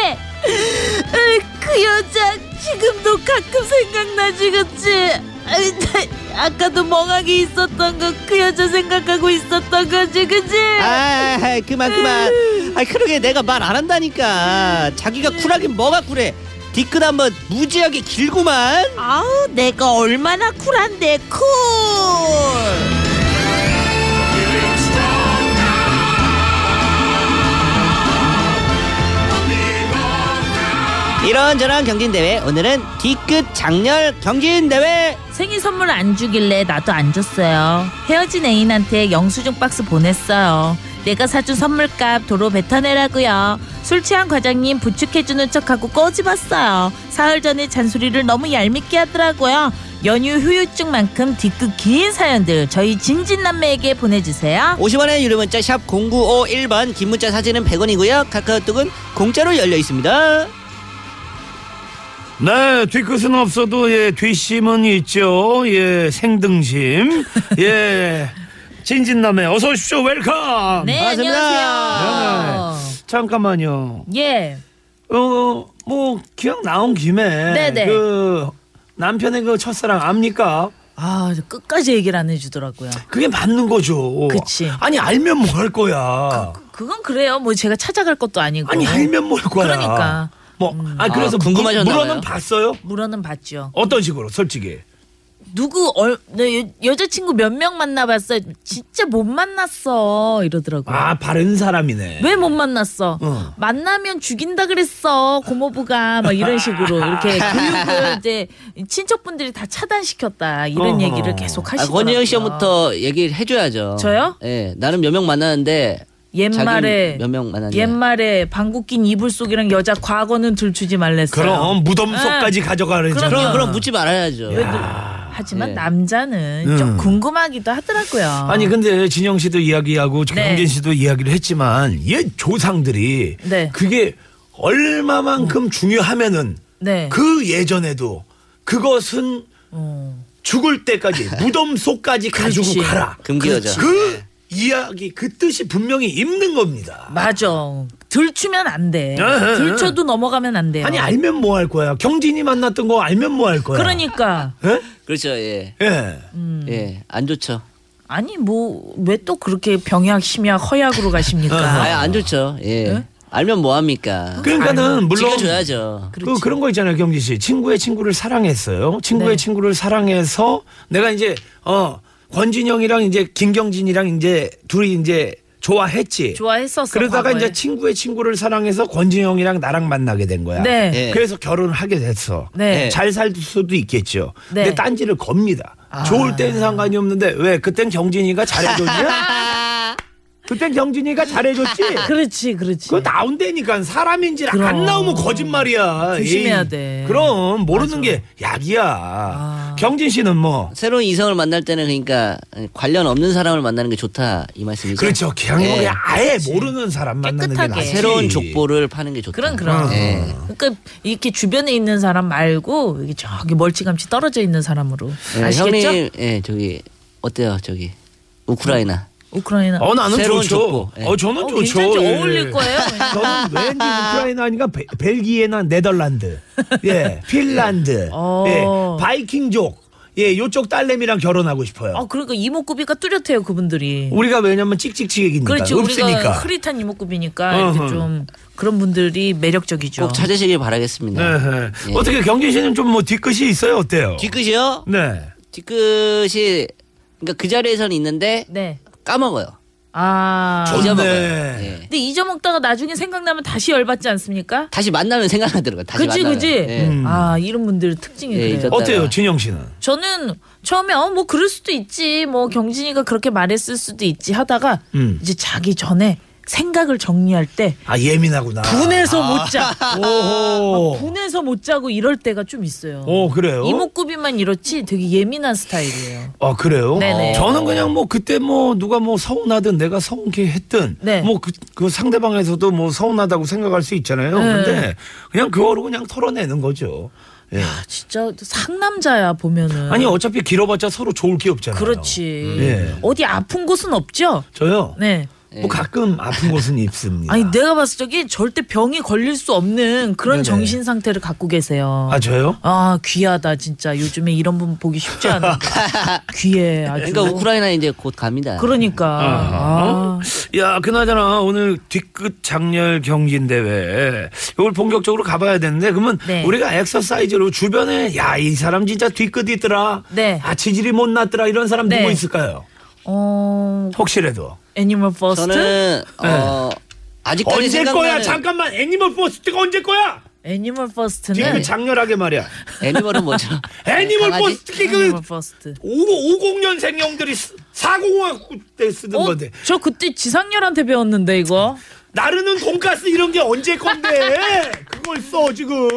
S10: 그 여자 지금도 가끔 생각나지 그치? 아이, 나- 아까도 멍하게 있었던 거 그 여자 생각하고 있었던 거지 그치?
S9: 아 그만 그만 아 그러게 내가 말 안 한다니까 자기가 쿨하긴 뭐가 쿨해 뒤끝 한번 무지하게 길구만
S10: 아우 내가 얼마나 쿨한데 쿨
S9: 이
S12: 이런저런 경진대회 오늘은 뒤끝 장렬 경진대회
S10: 생일 선물 안 주길래 나도 안 줬어요. 헤어진 애인한테 영수증 박스 보냈어요. 내가 사준 선물값 도로 뱉어내라고요. 술 취한 과장님 부축해주는 척하고 꼬집었어요. 사흘 전에 잔소리를 너무 얄밉게 하더라고요. 연휴 후유증만큼 뒤끝 긴 사연들 저희 진진남매에게 보내주세요.
S12: 50원의 유료 문자 샵 0951번 긴 문자 사진은 100원이고요 카카오톡은 공짜로 열려 있습니다
S1: 네, 뒤끝은 없어도 예, 뒷심은 있죠. 예, 생등심. 예. 진진남의 어서 오십시오. 웰컴.
S10: 네 안녕하세요.
S1: 잠깐만요.
S10: 예.
S1: 어, 뭐 기억 나온 김에
S10: 네네.
S1: 그 남편의 그 첫사랑 압니까?
S10: 아 끝까지 얘기를 안 해주더라고요.
S1: 그게 맞는 거죠.
S10: 그치.
S1: 아니 알면 뭘 할 거야.
S10: 그건 그래요. 뭐 제가 찾아갈 것도 아니고.
S1: 아니 알면 뭘 거야.
S10: 뭐? 그러니까.
S1: 뭐, 아 그래서
S12: 아, 궁금하셨나 봐요.
S1: 물어는 봤어요?
S10: 물어는 봤죠.
S1: 어떤 식으로 솔직히?
S10: 누구 얼, 네, 여, 여자친구 몇 명 만나봤어? 진짜 못 만났어 이러더라고요.
S1: 아 바른 사람이네.
S10: 왜 못 만났어?
S1: 어.
S10: 만나면 죽인다 그랬어 고모부가 막 이런 식으로 이렇게 교육을 이제 친척분들이 다 차단시켰다 이런
S1: 어허.
S10: 얘기를 계속
S12: 아,
S10: 하시더라고요.
S12: 권혜영 씨부터 얘기를 해줘야죠
S10: 저요?
S12: 예 나는 몇 명 만났는데
S10: 옛말에
S12: 몇명 만났냐
S10: 옛말에 방귀 낀 이불 속이랑 여자 과거는 들추지 말랬어.
S1: 그럼 무덤
S10: 네.
S1: 속까지 가져가는
S10: 그럼요.
S12: 그럼 그럼 묻지 말아야죠
S10: 하지만
S12: 예.
S10: 남자는
S1: 음.
S10: 좀 궁금하기도 하더라고요.
S1: 아니
S12: 그
S1: 근데 진영 씨도 이야기하고
S10: 어. 네.
S1: 경진 씨도 이야기를 했지만 옛 조상들이
S10: 네.
S1: 그게 얼마만큼 중요하면은
S10: 네.
S1: 그 예전에도 그것은
S10: 어.
S1: 죽을 때까지 무덤 속까지
S10: 그렇지.
S1: 가지고 가라.
S12: 금기어죠.
S1: 그 이야기 그 뜻이 분명히 있는 겁니다.
S10: 맞아. 들추면 안 돼.
S1: 예, 예,
S10: 들춰도 넘어가면 안 돼요.
S1: 아니 알면 뭐 할 거야. 경진이 만났던 거 알면 뭐 할 거야.
S10: 그러니까
S1: 예?
S12: 그렇죠 예
S1: 예.
S12: 예, 안 좋죠.
S10: 아니 뭐 왜 또 그렇게 병약 심약 허약으로
S1: 어,
S12: 아,
S10: 가십니까?
S12: 안 좋죠. 예. 알면 뭐 합니까?
S1: 네? 그러니까는 물론
S12: 지켜줘야죠.
S1: 그 그런 거 있잖아요, 경진 씨. 친구의 친구를 사랑했어요. 친구의
S10: 네.
S1: 친구를 사랑해서 내가 이제 어 권진영이랑 이제 김경진이랑 이제 둘이 이제 좋아했지.
S10: 좋아했었어.
S1: 그러다가
S10: 과거에.
S1: 이제 친구의 친구를 사랑해서 권진영이랑 나랑 만나게 된 거야.
S10: 네.
S12: 예.
S1: 그래서 결혼을 하게 됐어.
S10: 네.
S1: 잘 살 수도 있겠죠.
S10: 네. 아.
S1: 근데 딴지를 겁니다. 좋을 땐 상관이 없는데 왜 그땐 경진이가 잘해줬냐? 그땐 경진이가 잘해줬지.
S10: 그렇지, 그렇지.
S1: 그거 나온다니까 사람인지 안 나오면 거짓말이야.
S10: 조심해야
S1: 에이,
S10: 돼. 아.
S1: 그럼 모르는 게 약이야. 경진 씨는 뭐
S12: 새로운 이성을 만날 때는 그러니까 관련 없는 사람을 만나는 게 좋다 이 말씀이죠.
S1: 그렇죠. 그냥
S12: 예.
S1: 뭐 아예 모르는 사람 만나는 게
S10: 깨끗하게.
S1: 낫지. 어.
S12: 새로운 족보를 파는 게 좋다.
S10: 그런
S1: 그렇죠.
S10: 그런.
S12: 예.
S10: 그러니까 이렇게 주변에 있는 사람 말고 이게 저기 멀찌감치 떨어져 있는 사람으로
S1: 네,
S12: 예,
S10: 아시겠죠?
S12: 형님, 예, 저기 어때요, 저기 우크라이나.
S10: 우크라이나.
S1: 어 나는
S12: 새로운
S1: 좋죠.
S12: 족보. 예.
S1: 어 저는
S10: 어,
S1: 좋죠.
S10: 괜찮죠?
S1: 예.
S10: 어울릴 거예요.
S1: 저는 왠지 우크라이나 아니가 베- 벨기에나 네덜란드, 예, 핀란드,
S10: 어.
S1: 예, 바이킹족, 예, 요쪽 딸내미랑 결혼하고 싶어요.
S10: 아 그러니까 이목구비가 뚜렷해요 그분들이.
S1: 우리가 왜냐면 찍찍찍이니까
S10: 그렇지 우리가
S1: 없으니까.
S10: 흐릿한 이목구비니까 이렇게
S1: 어허.
S10: 좀 그런 분들이 매력적이죠.
S12: 꼭 찾으시길
S1: 네,
S12: 바라겠습니다.
S1: 네.
S12: 예.
S1: 어떻게 경진 씨는 좀 뭐 뒤끝이 있어요? 어때요?
S12: 뒤끝이요?
S1: 네.
S12: 뒤끝이 그러니까 그 자리에선 있는데
S10: 네.
S12: 까먹어요.
S10: 아.
S1: 좋네.
S12: 잊어먹어요. 예.
S10: 근데 잊어먹다가 나중에 생각나면 다시 열받지 않습니까?
S12: 다시 만나면 생각나더라고요. 다시
S10: 그지
S12: 만나면.
S10: 그지.
S12: 예.
S10: 아 이런 분들 특징이
S12: 예,
S10: 그래요.
S12: 잊었-
S1: 어때요, 진영 씨는?
S10: 저는 처음에 어 뭐 그럴 수도 있지 뭐 경진이가 그렇게 말했을 수도 있지 하다가
S1: 음.
S10: 이제 자기 전에 생각을 정리할 때
S1: 아 예민하구나.
S10: 분해서 못 자.
S12: 아,
S1: 오호.
S10: 분해서 못 자고 이럴 때가 좀 있어요.
S1: 오 그래요?
S10: 이목구비만 이렇지 되게 예민한 스타일이에요.
S1: 아 그래요?
S10: 네네.
S1: 저는 그냥 뭐 그때 뭐 누가 뭐 서운하든 내가 서운케 했든
S10: 네.
S1: 뭐 그 상대방에서도 뭐 서운하다고 생각할 수 있잖아요.
S10: 네.
S1: 근데 그냥 그거로 그냥 털어내는 거죠. 예.
S10: 아, 진짜 상남자야 보면은.
S1: 아니 어차피 길어봤자 서로 좋을 게 없잖아요.
S10: 그렇지.
S1: 예.
S10: 어디 아픈 곳은 없죠?
S1: 저요.
S10: 네.
S1: 뭐 가끔 아픈 곳은 있습니다.
S10: 아니 네. 내가 봤을 적에 절대 병이 걸릴 수 없는
S1: 네네.
S10: 그런 정신 상태를 갖고 계세요.
S1: 아 저요?
S10: 아, 귀하다 진짜 요즘에 이런 분 보기 쉽지 않아. 귀해 아주.
S1: 음.
S12: 그러니까 우크라이나 이제 곧 갑니다.
S10: 그러니까.
S1: 어?
S10: 아.
S1: 야, 그나저나 오늘 뒤끝 장렬 경진 대회 이걸 본격적으로 가봐야 되는데 그러면
S10: 네.
S1: 우리가 엑서사이즈로 주변에 야 이 사람 진짜 뒤끝 있더라,
S10: 네.
S1: 아 치질이 못났더라 이런 사람
S10: 네.
S1: 누구 있을까요?
S10: 어,
S1: 혹시라도
S10: 애니멀 버스트.
S12: 저는 어, 아직까지
S1: 네. 언제
S12: 생각나는
S1: 거야? 잠깐만 애니멀 포스트가 언제 거야?
S10: 애니멀 퍼스트는
S1: 뒷끝 장렬하게 말이야.
S10: 애니멀은 뭐죠?
S1: 애니멀
S10: 네. 강아지?
S1: 버스트기 그
S10: 애니멀 퍼스트.
S1: 50년생 형들이 40학 때 쓰던 건데.
S10: 어, 저 그때 지상렬한테 배웠는데 이거.
S1: 나르는 돈가스 이런 게 언제 건데? 그걸 써 지금.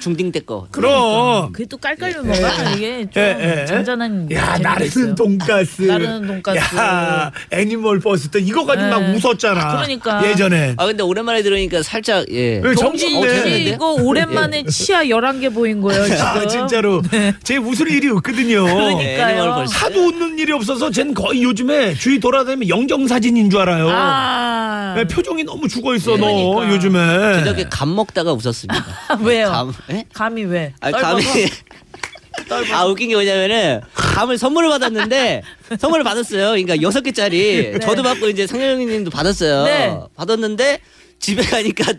S9: 중딩 때 거.
S10: 그러니까.
S1: 그럼.
S10: 아, 그게 또 깔깔려 먹어 이게 좀 잔잔한.
S1: 예. 야
S10: 재미가
S1: 나르는 돈가스.
S10: 나르는 돈가스.
S1: 야 애니멀 버스트 이거 가지고 막
S10: 네.
S1: 웃었잖아. 예전에.
S9: 아 근데 오랜만에 들으니까 살짝 예.
S1: 네.
S10: 정진 씨 이거 오랜만에 치아 11개 보인 거예요 지금.
S1: 예. 아, 진짜로. 제 웃을 일이 없거든요.
S10: 네. 그러니까요. 애니멀 버스트.
S1: 하도 웃는 일이 없어서 쟨 거의 요즘에 주위 돌아다니면 영정사진인 줄 알아요.
S10: 아. 그러니까.
S1: 네, 표정이 너무 죽어 있어, 너, 요즘에.
S9: 저녁에 감 먹다가 웃었습니다.
S10: 아, 왜요?
S9: 감,
S12: 예?
S10: 감이 왜?
S9: 아,
S10: 떨면서?
S9: 감이. 아 웃긴 게 뭐냐면은 감을 선물을 받았는데 선물을 받았어요. 그러니까 여섯 개짜리
S10: 네.
S9: 저도 받고 이제 상현님도 받았어요.
S10: 네.
S9: 받았는데 집에 가니까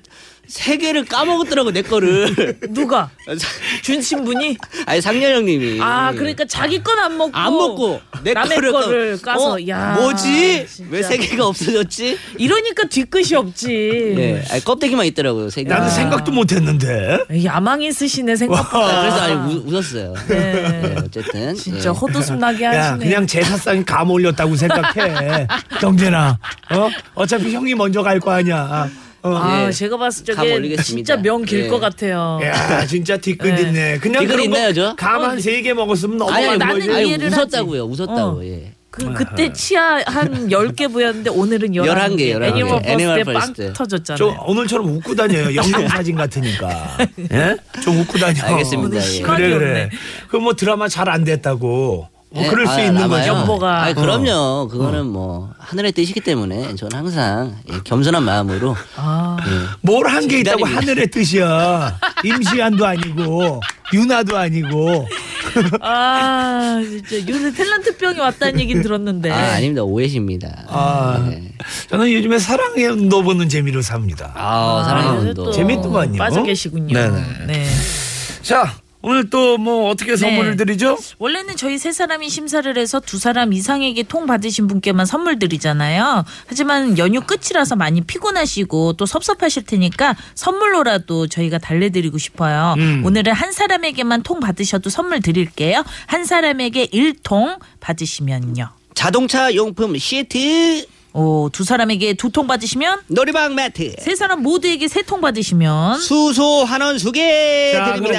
S9: 세 개를 까먹었더라고 내 거를.
S10: 누가?
S9: 음.
S10: 준 신분이?
S9: 아니 상현 형님이.
S10: 아 그러니까 자기 건 안 먹고
S9: 안 먹고 내
S10: 남의
S9: 거를,
S10: 거를
S9: 까-
S10: 까서
S9: 어?
S10: 야
S9: 뭐지? 왜 세 개가 없어졌지?
S10: 이러니까 뒤끝이 없지.
S9: 네, 아니, 껍데기만 있더라고요. 세 개.
S10: 아.
S1: 나는 생각도 못 했는데.
S10: 야망이 있으시네 생각보다.
S9: 아, 그래서 아니 우, 웃었어요. 네, 어쨌든
S10: 진짜
S9: 예.
S10: 헛웃음 나게
S1: 야,
S10: 하시네.
S1: 그냥 제사상에 감 올렸다고 생각해. 경제나. 어? 어차피 형이 먼저 갈 거 아니야. 어.
S10: 아
S9: 예.
S10: 제가 봤을
S1: 감
S10: 적에
S1: 올리겠습니다.
S10: 진짜 명 길 것
S1: 예.
S10: 같아요.
S1: 야, 진짜 뒤끝 있네. 그냥
S9: 어. 예. 뒤끝
S1: 그런
S9: 있나요, 저? 어.
S1: 거감한 세 개 먹었으면 너무
S10: 아니,
S1: 어, 많이
S10: 나는
S1: 먹었지.
S10: 아니, 이해를
S9: 뭐, 웃었다고요. 웃었다고.
S10: 어.
S9: 예.
S10: 그, 그때 치아 한 10개 보였는데 오늘은 11개.
S1: 11개.
S10: 애니멀
S1: 애니멀
S10: 버스에 빵
S1: 버스트.
S10: 터졌잖아요.
S1: 저 오늘처럼 웃고 다녀요. 영상 사진 같으니까. 예? 좀 웃고 다녀.
S9: 알겠습니다. 오늘 예. 시간이
S1: 그래
S9: 없네.
S1: 그래. 그 뭐 드라마 잘 안 됐다고. 뭐
S9: 예,
S1: 그럴 수
S9: 아,
S1: 있는
S9: 남아요.
S1: 거죠.
S9: 아니,
S1: 어.
S9: 그럼요. 그거는 뭐 하늘의 뜻이기 때문에 저는 항상 예, 겸손한 마음으로
S10: 아.
S1: 뭘 한 게 있다고
S9: 기다립니다.
S1: 하늘의 뜻이야. 임시완도 아니고 유나도 아니고.
S10: 아, 진짜 요새 탤런트 병이 왔다는 얘기는 들었는데.
S9: 아, 아닙니다. 오해십니다.
S1: 네. 아,
S9: 네.
S1: 저는 요즘에 사랑의 운도 보는 재미로 삽니다.
S9: 아,
S10: 사랑의 요새 운도. 또
S1: 재밌더만요.
S10: 빠져 계시군요.
S1: 네네.
S10: 네.
S13: 자, 오늘 또 뭐 어떻게 선물을
S10: 네.
S13: 드리죠?
S10: 원래는 저희 세 사람이 심사를 해서 두 사람 이상에게 통 받으신 분께만 선물 드리잖아요. 하지만 연휴 끝이라서 많이 피곤하시고 또 섭섭하실 테니까 선물로라도 저희가 달래드리고 싶어요.
S14: 음.
S10: 오늘은 한 사람에게만 통 받으셔도 선물 드릴게요. 한 사람에게 일통 받으시면요.
S9: 자동차 용품 시트.
S10: 오, 두 사람에게 두 통 받으시면
S9: 놀이방 매트.
S10: 세 사람 모두에게 세 통 받으시면
S9: 수소 한원 수개
S1: 자, 뭐. 그리고,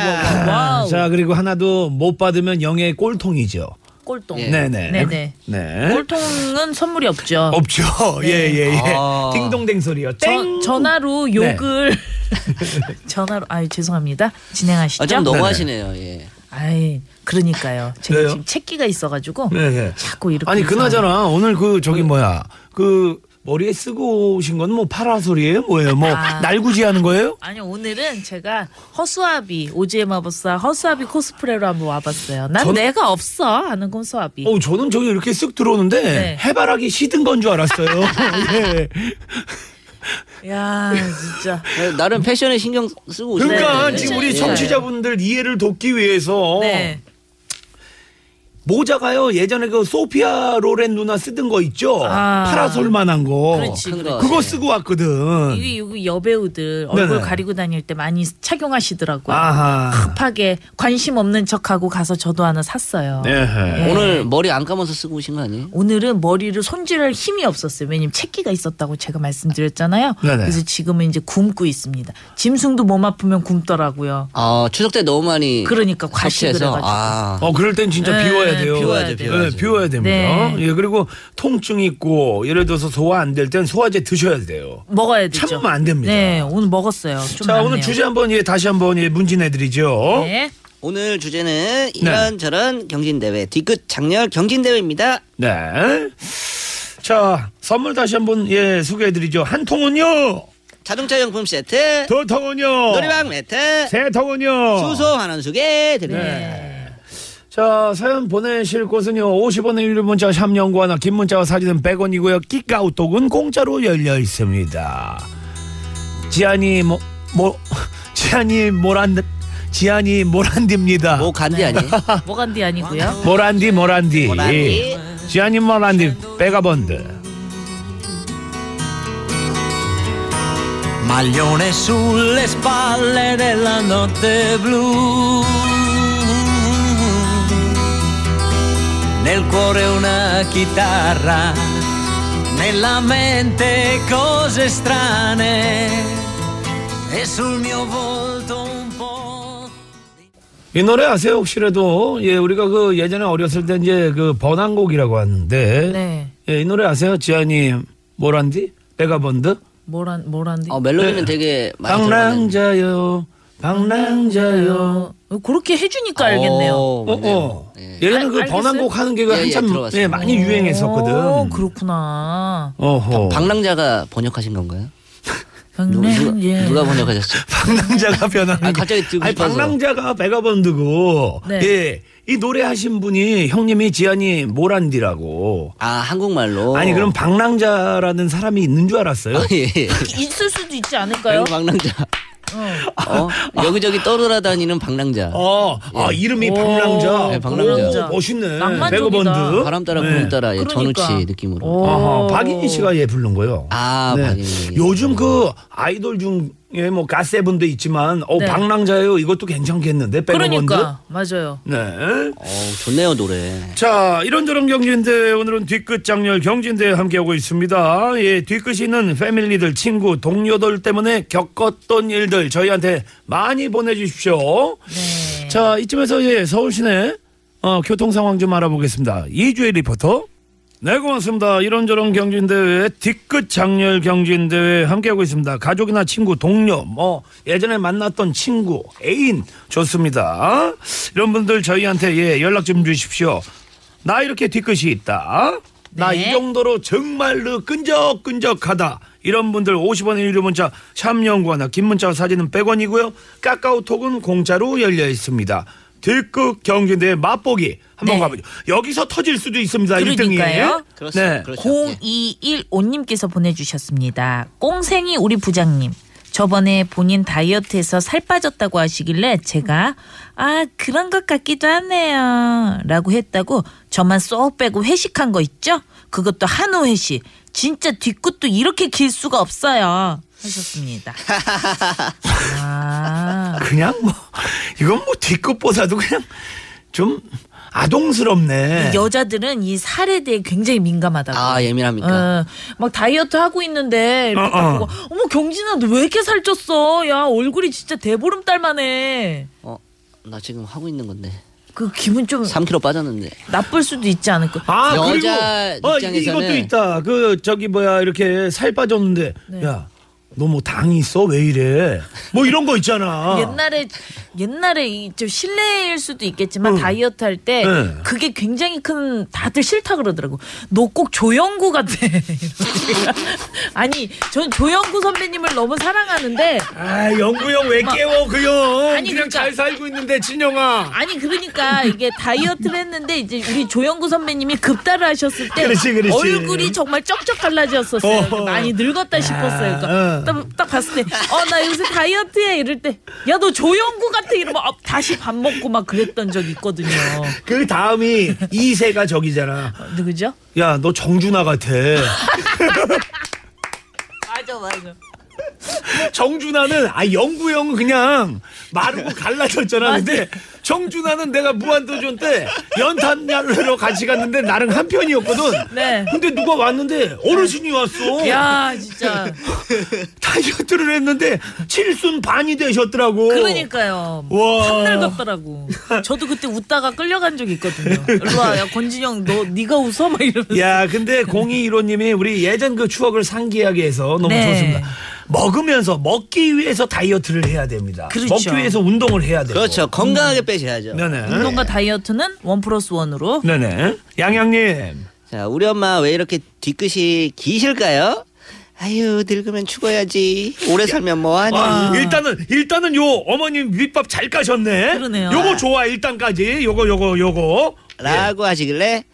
S10: 와우.
S1: 자 그리고 하나도 못 받으면 영의 꼴통이죠.
S10: 꼴통.
S1: 네네.
S10: 예. 네네.
S1: 네. 어,
S10: 꼴통은 선물이 없죠.
S1: 없죠. 예예예.
S10: 아.
S1: 딩동댕 소리요.
S10: 저,
S1: 네.
S10: 전화로 욕을 전화로 아유 죄송합니다 진행하시죠.
S9: 아, 좀 너무하시네요. 예.
S10: 아이 그러니까요. 제가
S1: 왜요?
S10: 지금 채기가 있어가지고
S1: 네네.
S10: 자꾸 이렇게 네.
S1: 아니
S10: 이상하게.
S1: 그나저나 오늘 그 저기 뭐야 그 머리에 쓰고 오신 건 뭐 파라솔이에요? 뭐예요? 뭐
S10: 아.
S1: 날구지 하는 거예요?
S10: 아니 오늘은 제가 허수아비 오지의 마법사 허수아비 코스프레로 한번 와봤어요. 난
S1: 전-
S10: 내가 없어 하는 호수아비.
S1: 어, 저는 저기 이렇게 쓱 들어오는데
S10: 네.
S1: 해바라기 시든 건 줄 알았어요. 예.
S10: 야 진짜.
S9: 나름 패션에 신경 예. 쓰고 오시네.
S1: 그러니까 지금 우리 청취자분들 이해를 돕기 위해서
S10: 네.
S1: 모자가요 예전에 그 소피아 로렌 누나 쓰던 거 있죠
S10: 아.
S1: 파라솔만한 거
S10: 그렇지, 큰 거.
S1: 어. 그거 쓰고 왔거든.
S10: 이게 이거 여배우들 얼굴
S1: 네네.
S10: 가리고 다닐 때 많이 착용하시더라고요.
S1: 아하.
S10: 급하게 관심 없는 척하고 가서 저도 하나 샀어요.
S1: 네.
S10: 예.
S9: 오늘 머리 안 감아서 쓰고 오신 거 아니에요?
S10: 오늘은 머리를 손질할 힘이 없었어요. 왜냐면 채기가 있었다고 제가 말씀드렸잖아요.
S9: 네네.
S10: 그래서 지금은 이제 굶고 있습니다. 짐승도 몸 아프면 굶더라고요.
S9: 아 추석 때 너무 많이
S10: 그러니까 과식을
S9: 섭취해서.
S10: 해가지고.
S9: 아.
S1: 어 그럴 땐 진짜
S10: 네,
S1: 비워야 돼요.
S10: 비워야죠, 비워야죠.
S1: 네, 비워야 됩니다.
S10: 네.
S1: 예 그리고 통증 있고 예를 들어서 소화 안 될 땐 소화제 드셔야 돼요.
S10: 먹어야 되죠.
S1: 참으면 안 됩니다.
S10: 네, 오늘 먹었어요. 좀
S1: 자
S10: 낫네요.
S1: 오늘 주제 한번 예 다시 한번 예 문진해드리죠.
S10: 네.
S9: 오늘
S1: 네.
S9: 주제는 이런저런 경진대회 뒤끝 장렬 경진대회입니다.
S1: 네. 자, 선물 다시 한번 예, 소개해 드리죠. 한 통은요.
S9: 자동차 용품 세트.
S1: 두 통은요.
S9: 놀이방 매트.
S1: 세 네. 통은요.
S9: 수소 환원수개 드립니다.
S1: 자, 사연 보내실 곳은요. 50원의 유료 문자 샵 연구 하나, 긴 문자와 사진은 100원이고요. 끼까우톡은 공짜로 열려 있습니다. 지안이 뭐, 뭐 지안이 모란 지안이 모란디입니다. 뭐
S9: 간디 아니에요?
S10: 뭐간디 아니고요.
S1: 모란디 모란디. 예.
S10: 모란디.
S1: 지안이 모란디 빼가번드.
S15: maglione sulle spalle della notte blu. Nel cuore una chitarra, nella mente cose strane e sul mio volto un po'.
S1: 이 노래 아세요? 혹시라도 예 우리가 그 예전에 어렸을 때 이제 그 번안곡이라고 하는데
S10: 네.
S1: 예, 이 노래 아세요? 지아님 뭐란디? 베가번드?
S10: 뭐란 뭐란데?
S9: 어, 멜로디는 되게 많이
S1: 방랑자요 방랑자요
S10: 어, 그렇게 해주니까 알겠네요.
S1: 어, 어. 예전에
S10: 알-
S1: 그
S10: 알겠어요?
S1: 번안곡 하는 게
S10: 예, 예,
S1: 한참
S10: 들어봤어요.
S1: 예, 많이
S10: 오. 어,
S1: 유행했었거든.
S10: 그렇구나.
S1: 어허.
S9: 네. 방랑자가 번역하신 건가요?
S10: 네, 방랑자.
S9: 누가 뭐 번역하셨죠?
S1: 방랑자가 변하는
S9: 아, 갑자기 듣고
S1: 아니
S9: 싶어서.
S1: 방랑자가 베가번드고
S9: 네.
S1: 예. 이 노래 하신 분이 형님이 지안이 모란디라고.
S9: 아 한국말로.
S1: 아니 그럼 방랑자라는 사람이 있는 줄 알았어요.
S10: 있을 수도 있지 않을까요?
S9: 예. 방랑자. 어? 여기저기 떠돌아다니는 방랑자.
S1: 어, 아, 이름이 방랑자.
S9: 네, 방랑자.
S1: 오, 멋있네. 낭만적이다. 백어번드.
S9: 바람 따라 구름 따라 예, 전우치
S1: 어.
S9: 느낌으로.
S1: 아하, 박인희 씨가 예 부른 거요.
S9: 어. 아, 박인희.
S1: 네. 요즘 그 아이돌 중에 뭐 가세븐도 있지만 어
S10: 네.
S1: 방랑자요 이것도 괜찮겠는데 백어번드.
S10: 그러니까 맞아요.
S1: 네.
S9: 어, 좋네요 노래.
S1: 자, 이런저런 경진대 오늘은 뒤끝 장렬 경진대 함께하고 있습니다. 예, 뒤끝이 있는 패밀리들, 친구, 동료들 때문에 겪었던 일들 저희한테 많이 보내주십시오.
S10: 네.
S1: 자, 이쯤에서 예, 서울 시내 어, 교통 상황 좀 알아보겠습니다. 이주혜 리포터. 네, 고맙습니다. 이런저런 경진대회, 뒤끝 장렬 경진대회 함께하고 있습니다. 가족이나 친구, 동료, 뭐, 예전에 만났던 친구, 애인, 좋습니다. 이런 분들 저희한테 예, 연락 좀 주십시오. 나 이렇게 뒤끝이 있다. 나 이 정도로 정말로 끈적끈적하다. 이런 분들 50원의 유료 문자 샵연구하나 긴 문자 와 사진은 100원이고요. 카카오톡은 공짜로 열려 있습니다. 들끝 경진대 맛보기 한번 가보죠. 여기서 터질 수도 있습니다. 1등이.
S10: 네. 그러니까요.
S1: 네.
S10: 0215님께서 보내주셨습니다. 꽁생이 우리 부장님. 저번에 본인 다이어트에서 살 빠졌다고 하시길래 제가 아 그런 것 같기도 하네요 라고 했다고 저만 쏙 빼고 회식한 거 있죠? 그것도 한우 회식 진짜 뒷끝도 이렇게 길 수가 없어요 하셨습니다 아.
S1: 그냥 뭐 이건 뭐 뒷끝보다도 그냥 좀 아동스럽네.
S10: 이 여자들은 이 살에 대해 굉장히 민감하다고
S9: 아 예민합니까?
S10: 어, 막 다이어트 하고 있는데 이렇게
S9: 어,
S10: 딱
S9: 어.
S10: 보고, 어머 경진아 너 왜 이렇게 살쪘어? 야 얼굴이 진짜 대보름달만해.
S9: 어, 나 지금 하고 있는 건데.
S10: 그 기분 좀
S9: 3kg 빠졌는데.
S10: 나쁠 수도 있지 않을까?
S1: 아,
S9: 여자
S1: 그리고, 어,
S9: 입장에서는-
S1: 이것도 있다. 그 저기 뭐야 이렇게 살 빠졌는데
S10: 네.
S1: 야. 너 뭐 당이 있어? 왜 이래? 뭐 이런 거 있잖아.
S10: 옛날에 옛날에 이 좀 실례일 수도 있겠지만
S9: 음.
S10: 다이어트 할 때
S1: 네.
S10: 그게 굉장히 큰 다들 싫다 그러더라고. 너 꼭 조영구 같아. 이러니까. 아니 전 조영구 선배님을 너무 사랑하는데
S16: 아 영구 형 왜
S10: 막-
S16: 깨워 그 형?
S10: 아니,
S16: 그냥
S10: 그러니까-
S16: 잘 살고 있는데 진영아.
S10: 아니 그러니까 이게 다이어트를 했는데 이제 우리 조영구 선배님이 급다를 하셨을 때
S16: 그렇지, 그렇지.
S10: 얼굴이 정말 쩍쩍 갈라졌었어요.
S16: 어.
S10: 많이 늙었다 싶었어요. 그러니까
S16: 어.
S10: 딱, 딱 봤을 때 어 나 요새 다이어트해 이럴 때 야 너 조영구 같아 이러면 어, 다시 밥 먹고 막 그랬던 적이 있거든요.
S1: 그 다음이 이세가 저기잖아.
S10: 누구죠?
S1: 야, 너 정준하 같아.
S10: 맞아 맞아.
S16: 정준하는 아 영구 형은 그냥 마르고 갈라졌잖아. 근데 정준하는 내가 무한도전 때 연탄야로 같이 갔는데 나랑 한 편이었거든.
S10: 네.
S16: 근데 누가 왔는데 어르신이 왔어.
S10: 야 진짜
S16: 다이어트를 했는데 칠순 반이 되셨더라고.
S10: 그러니까요.
S16: 와.
S10: 참 늙었더라고. 저도 그때 웃다가 끌려간 적이 있거든요. 일로 와야 권진영 너 네가 웃어 막 이러면서.
S16: 야, 근데 0215님이 우리 예전 그 추억을 상기하게 해서 너무
S10: 네.
S16: 좋습니다. 먹으면서 먹기 위해서 다이어트를 해야 됩니다.
S10: 그렇죠.
S16: 먹기 위해서 운동을 해야 돼요.
S9: 그렇죠. 건강하게 빼셔야죠.
S16: 네네.
S10: 운동과 다이어트는 원 플러스 원으로.
S16: 네네. 양양님.
S9: 자, 우리 엄마 왜 이렇게 뒤끝이 기실까요? 아유, 늙으면 죽어야지. 오래 살면 뭐하니?
S16: 아, 일단은 일단은 요 어머님 밑밥 잘 까셨네.
S9: 그러네요.
S16: 요거 좋아 일단까지. 요거 요거 요거.
S9: 라고 하시길래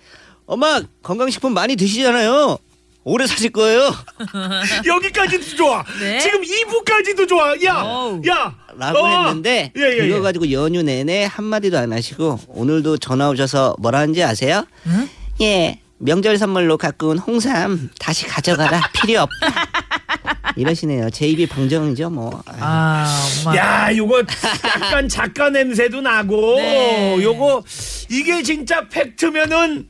S9: 엄마 건강식품 많이 드시잖아요. 오래 사실 거예요.
S16: 여기까지도 좋아.
S9: 네.
S16: 지금 2부까지도 좋아. 야, 야.
S9: 라고
S16: 어.
S9: 했는데
S16: 예, 예,
S9: 이거
S16: 예.
S9: 가지고 연휴 내내 한마디도 안 하시고 오늘도 전화 오셔서 뭐라 하는지 아세요? 예. 명절 선물로 갖고 온 홍삼 다시 가져가라. 필요 없다. 이러시네요. 제 입이 방정이죠, 뭐.
S10: 아, 엄마.
S1: 야, 요거 약간 작가 냄새도 나고
S9: 네.
S1: 요거 이게 진짜 팩트면은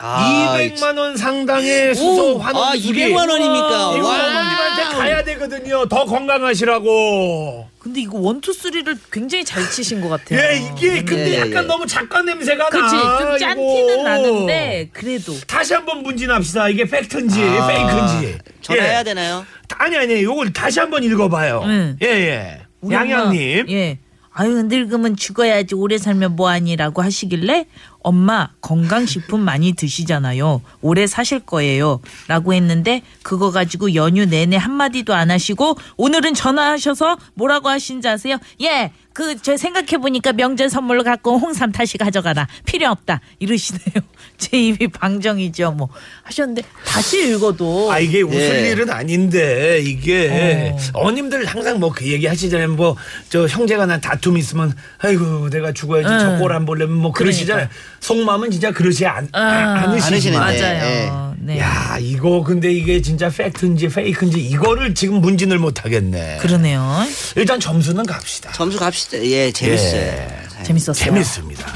S9: 아,
S1: 200만 원 상당의 수소
S9: 오,
S1: 환원 아,
S9: 아, 200만 원입니까?
S1: 이거
S9: 와.
S1: 어머님한테 가야 되거든요. 더 건강하시라고.
S10: 근데 이거 원투 쓰리를 굉장히 잘 치신 것
S9: 네.
S10: 같아요.
S1: 예, 이게 근데
S10: 네.
S1: 약간 너무 작가 냄새가
S10: 그치
S1: 나.
S10: 좀 짠
S1: 이거.
S10: 티는 나는데 그래도
S1: 다시 한번 문진합시다. 이게 팩트인지
S9: 아,
S1: 페이크인지. 예.
S9: 전화해야 되나요?
S1: 아니 아니, 요걸 다시 한번 읽어봐요. 예 예.
S10: 네. 우리
S1: 양양님.
S10: 엄마, 예. 아유 늙으면 죽어야지 오래 살면 뭐하니라고 하시길래 엄마 건강식품 많이 드시잖아요 오래 사실 거예요 라고 했는데 그거 가지고 연휴 내내 한마디도 안 하시고 오늘은 전화하셔서 뭐라고 하신지 아세요 예그 저 생각해보니까 명절 선물로 갖고 온 홍삼 다시 가져가라 필요 없다 이러시네요 제 입이 방정이죠 뭐 하셨는데 다시 읽어도
S1: 아 이게 웃을
S10: 예.
S1: 일은 아닌데 이게 어. 머님들 항상 뭐 그 얘기 하시잖아요. 뭐 저 형제가 난 다툼 이 있으면 아이고 내가 죽어야지
S10: 응.
S1: 저꼴 안 보려면 뭐 그러시잖아요. 속마음은 진짜 그러지 않, 아,
S10: 그러니까. 아,
S1: 않으시지만.
S10: 맞아요 네.
S1: 야 이거 근데 이게 진짜 팩트인지 페이크인지 이거를 지금 문진을 못 하겠네.
S10: 그러네요.
S1: 일단 점수는 갑시다.
S9: 점수 갑시다. 예, 재밌어요.
S10: 재밌었어요.
S1: 재밌습니다.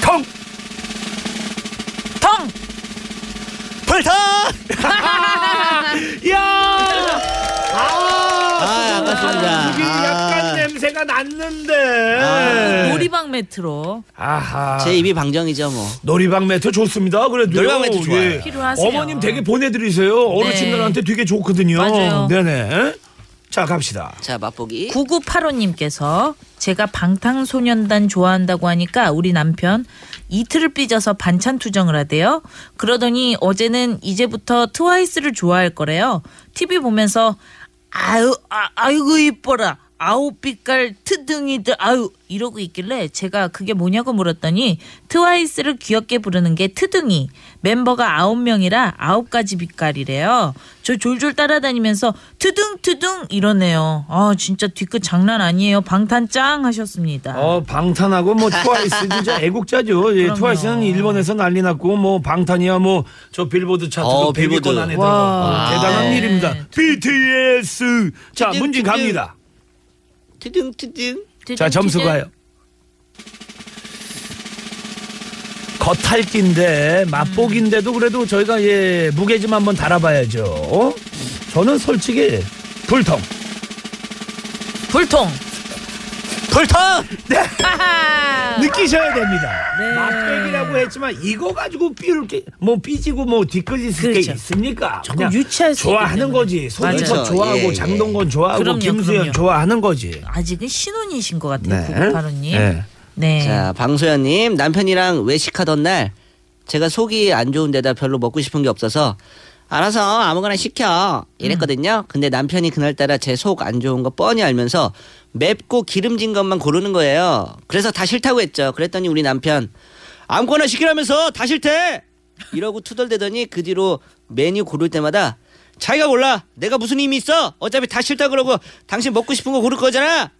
S1: 텅
S10: 텅
S9: 불타!
S1: 야! 아,
S9: 아, 아깝습니다.
S1: 이게 약간 냄새가 났는데.
S9: 아.
S1: 네.
S10: 놀이방 매트로
S1: 아하.
S9: 제 입이 방정이죠, 뭐.
S1: 놀이방 매트 좋습니다. 그래도
S9: 놀이방 매트 좋아요. 필요하세요.
S1: 어머님 되게 보내드리세요. 어르신들한테 되게 좋거든요.
S10: 네. 맞아요.
S1: 네네. 자 갑시다.
S9: 자, 맛보기.
S10: 9985님께서 제가 방탄소년단 좋아한다고 하니까 우리 남편 이틀을 삐져서 반찬 투정을 하대요. 그러더니 어제는 이제부터 트와이스를 좋아할 거래요. TV 보면서 아유 아, 아이고 이뻐라. 아홉 빛깔 트등이들 아유 이러고 있길래 제가 그게 뭐냐고 물었더니 트와이스를 귀엽게 부르는 게 트등이 멤버가 아홉 명이라 아홉 가지 빛깔이래요. 저 졸졸 따라다니면서 트등 트등 이러네요. 아 진짜 뒤끝 장난 아니에요. 방탄 짱 하셨습니다.
S1: 어 방탄하고 뭐 트와이스 진짜 애국자죠. 예,
S10: 아. 그럼요.
S1: 트와이스는 일본에서 난리 났고 뭐 방탄이야 뭐 저 빌보드 차트도
S9: 어,
S1: 1 0 0
S9: 빌보드.
S1: 권 안에 들어.
S10: 와.
S1: 가 대단한
S9: 네.
S1: 일입니다. BTS. 자 문진 갑니다.
S9: 트둥트둥.
S10: 네,
S1: 자 점수 가요. 겉핥기인데 맛보기인데도
S10: 음.
S1: 그래도 저희가 예 무게 좀 한번 달아봐야죠. 어? 저는 솔직히 불통.
S10: 불통.
S9: 불통.
S1: 네.
S10: 하하.
S1: 느끼셔야 됩니다.
S10: 네.
S1: 맛보기라고 했지만 이거 가지고 삐울 게뭐 삐지고 뭐 뒤끝이 있을
S10: 그렇죠.
S1: 게 있습니까?
S10: 조금
S1: 그냥
S10: 유치할 수 있기
S1: 좋아하는
S10: 때문에.
S1: 거지. 손흥민
S10: 맞아요.
S1: 좋아하고
S9: 예, 예.
S1: 장동건 좋아하고
S10: 그럼요,
S1: 김수현
S10: 그럼요.
S1: 좋아하는 거지.
S10: 아직은 신혼이신 것 같아요.
S1: 네.
S10: 구구팔오님.
S1: 네.
S10: 네.
S9: 자, 방소연님 남편이랑 외식하던 날 제가 속이 안 좋은 데다 별로 먹고 싶은 게 없어서 알아서 아무거나 시켜 이랬거든요. 근데 남편이 그날따라 제 속 안 좋은 거 뻔히 알면서 맵고 기름진 것만 고르는 거예요. 그래서 다 싫다고 했죠. 그랬더니 우리 남편 아무거나 시키라면서 다 싫대 이러고 투덜대더니 그 뒤로 메뉴 고를 때마다 자기가 몰라 내가 무슨 힘이 있어 어차피 다 싫다 그러고 당신 먹고 싶은 거 고를 거잖아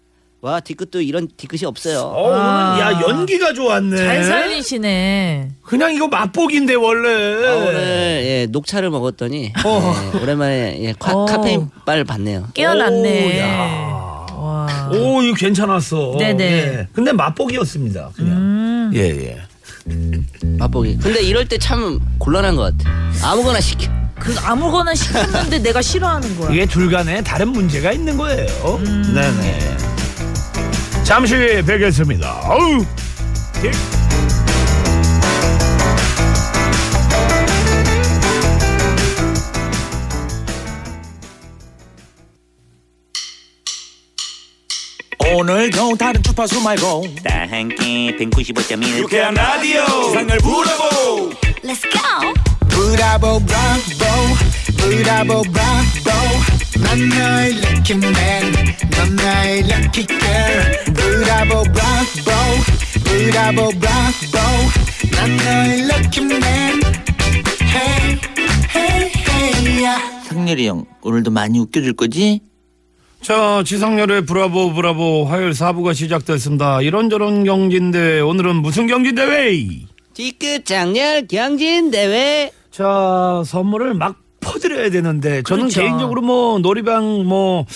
S9: 와 뒤끝도 이런 뒤끝이 없어요
S1: 어, 오늘 야 연기가 좋았네.
S10: 아. 잘 살리시네.
S1: 그냥 이거 맛보기인데
S9: 아,
S1: 원래.
S9: 오늘 예, 녹차를 먹었더니 예, 오랜만에 예, 카,
S10: 어.
S9: 카페인 빨 봤네요.
S1: 오,
S10: 깨어났네.
S1: 야.
S10: 와.
S1: 오, 이거 괜찮았어.
S10: 네네. 음.
S1: 예. 근데 맛보기였습니다. 그냥. 예, 예.
S9: 맛보기. 근데 이럴 때 참 곤란한 것 같아. 아무거나 시켜.
S10: 그 아무거나 시켰는데 내가 싫어하는 거야.
S1: 이게 둘 간에 다른 문제가 있는 거예요.
S10: 음.
S1: 네네. 잠시 후에 뵙겠습니다. 어우. 예.
S17: 오늘도 다른 주파수 말고 다 함께 195.1 유쾌한 라디오 세상을 부르고
S18: Let's go. 브라보 브라보 브라보 브라보 넌 나의 lucky man 넌 나의 lucky girl 브라보 브라보 브라보 브라보 넌 나의 lucky man Hey hey hey yeah.
S17: 상렬이 형 오늘도 많이 웃겨줄 거지?
S1: 자, 지상렬의 브라보 브라보 화요일 4부가 시작됐습니다. 이런저런 경진대회 오늘은 무슨 경진대회?
S9: 뒤끝 장렬 경진 대회.
S1: 자, 선물을 막 퍼드려야 되는데 저는
S16: 그렇죠.
S1: 개인적으로 뭐 놀이방 뭐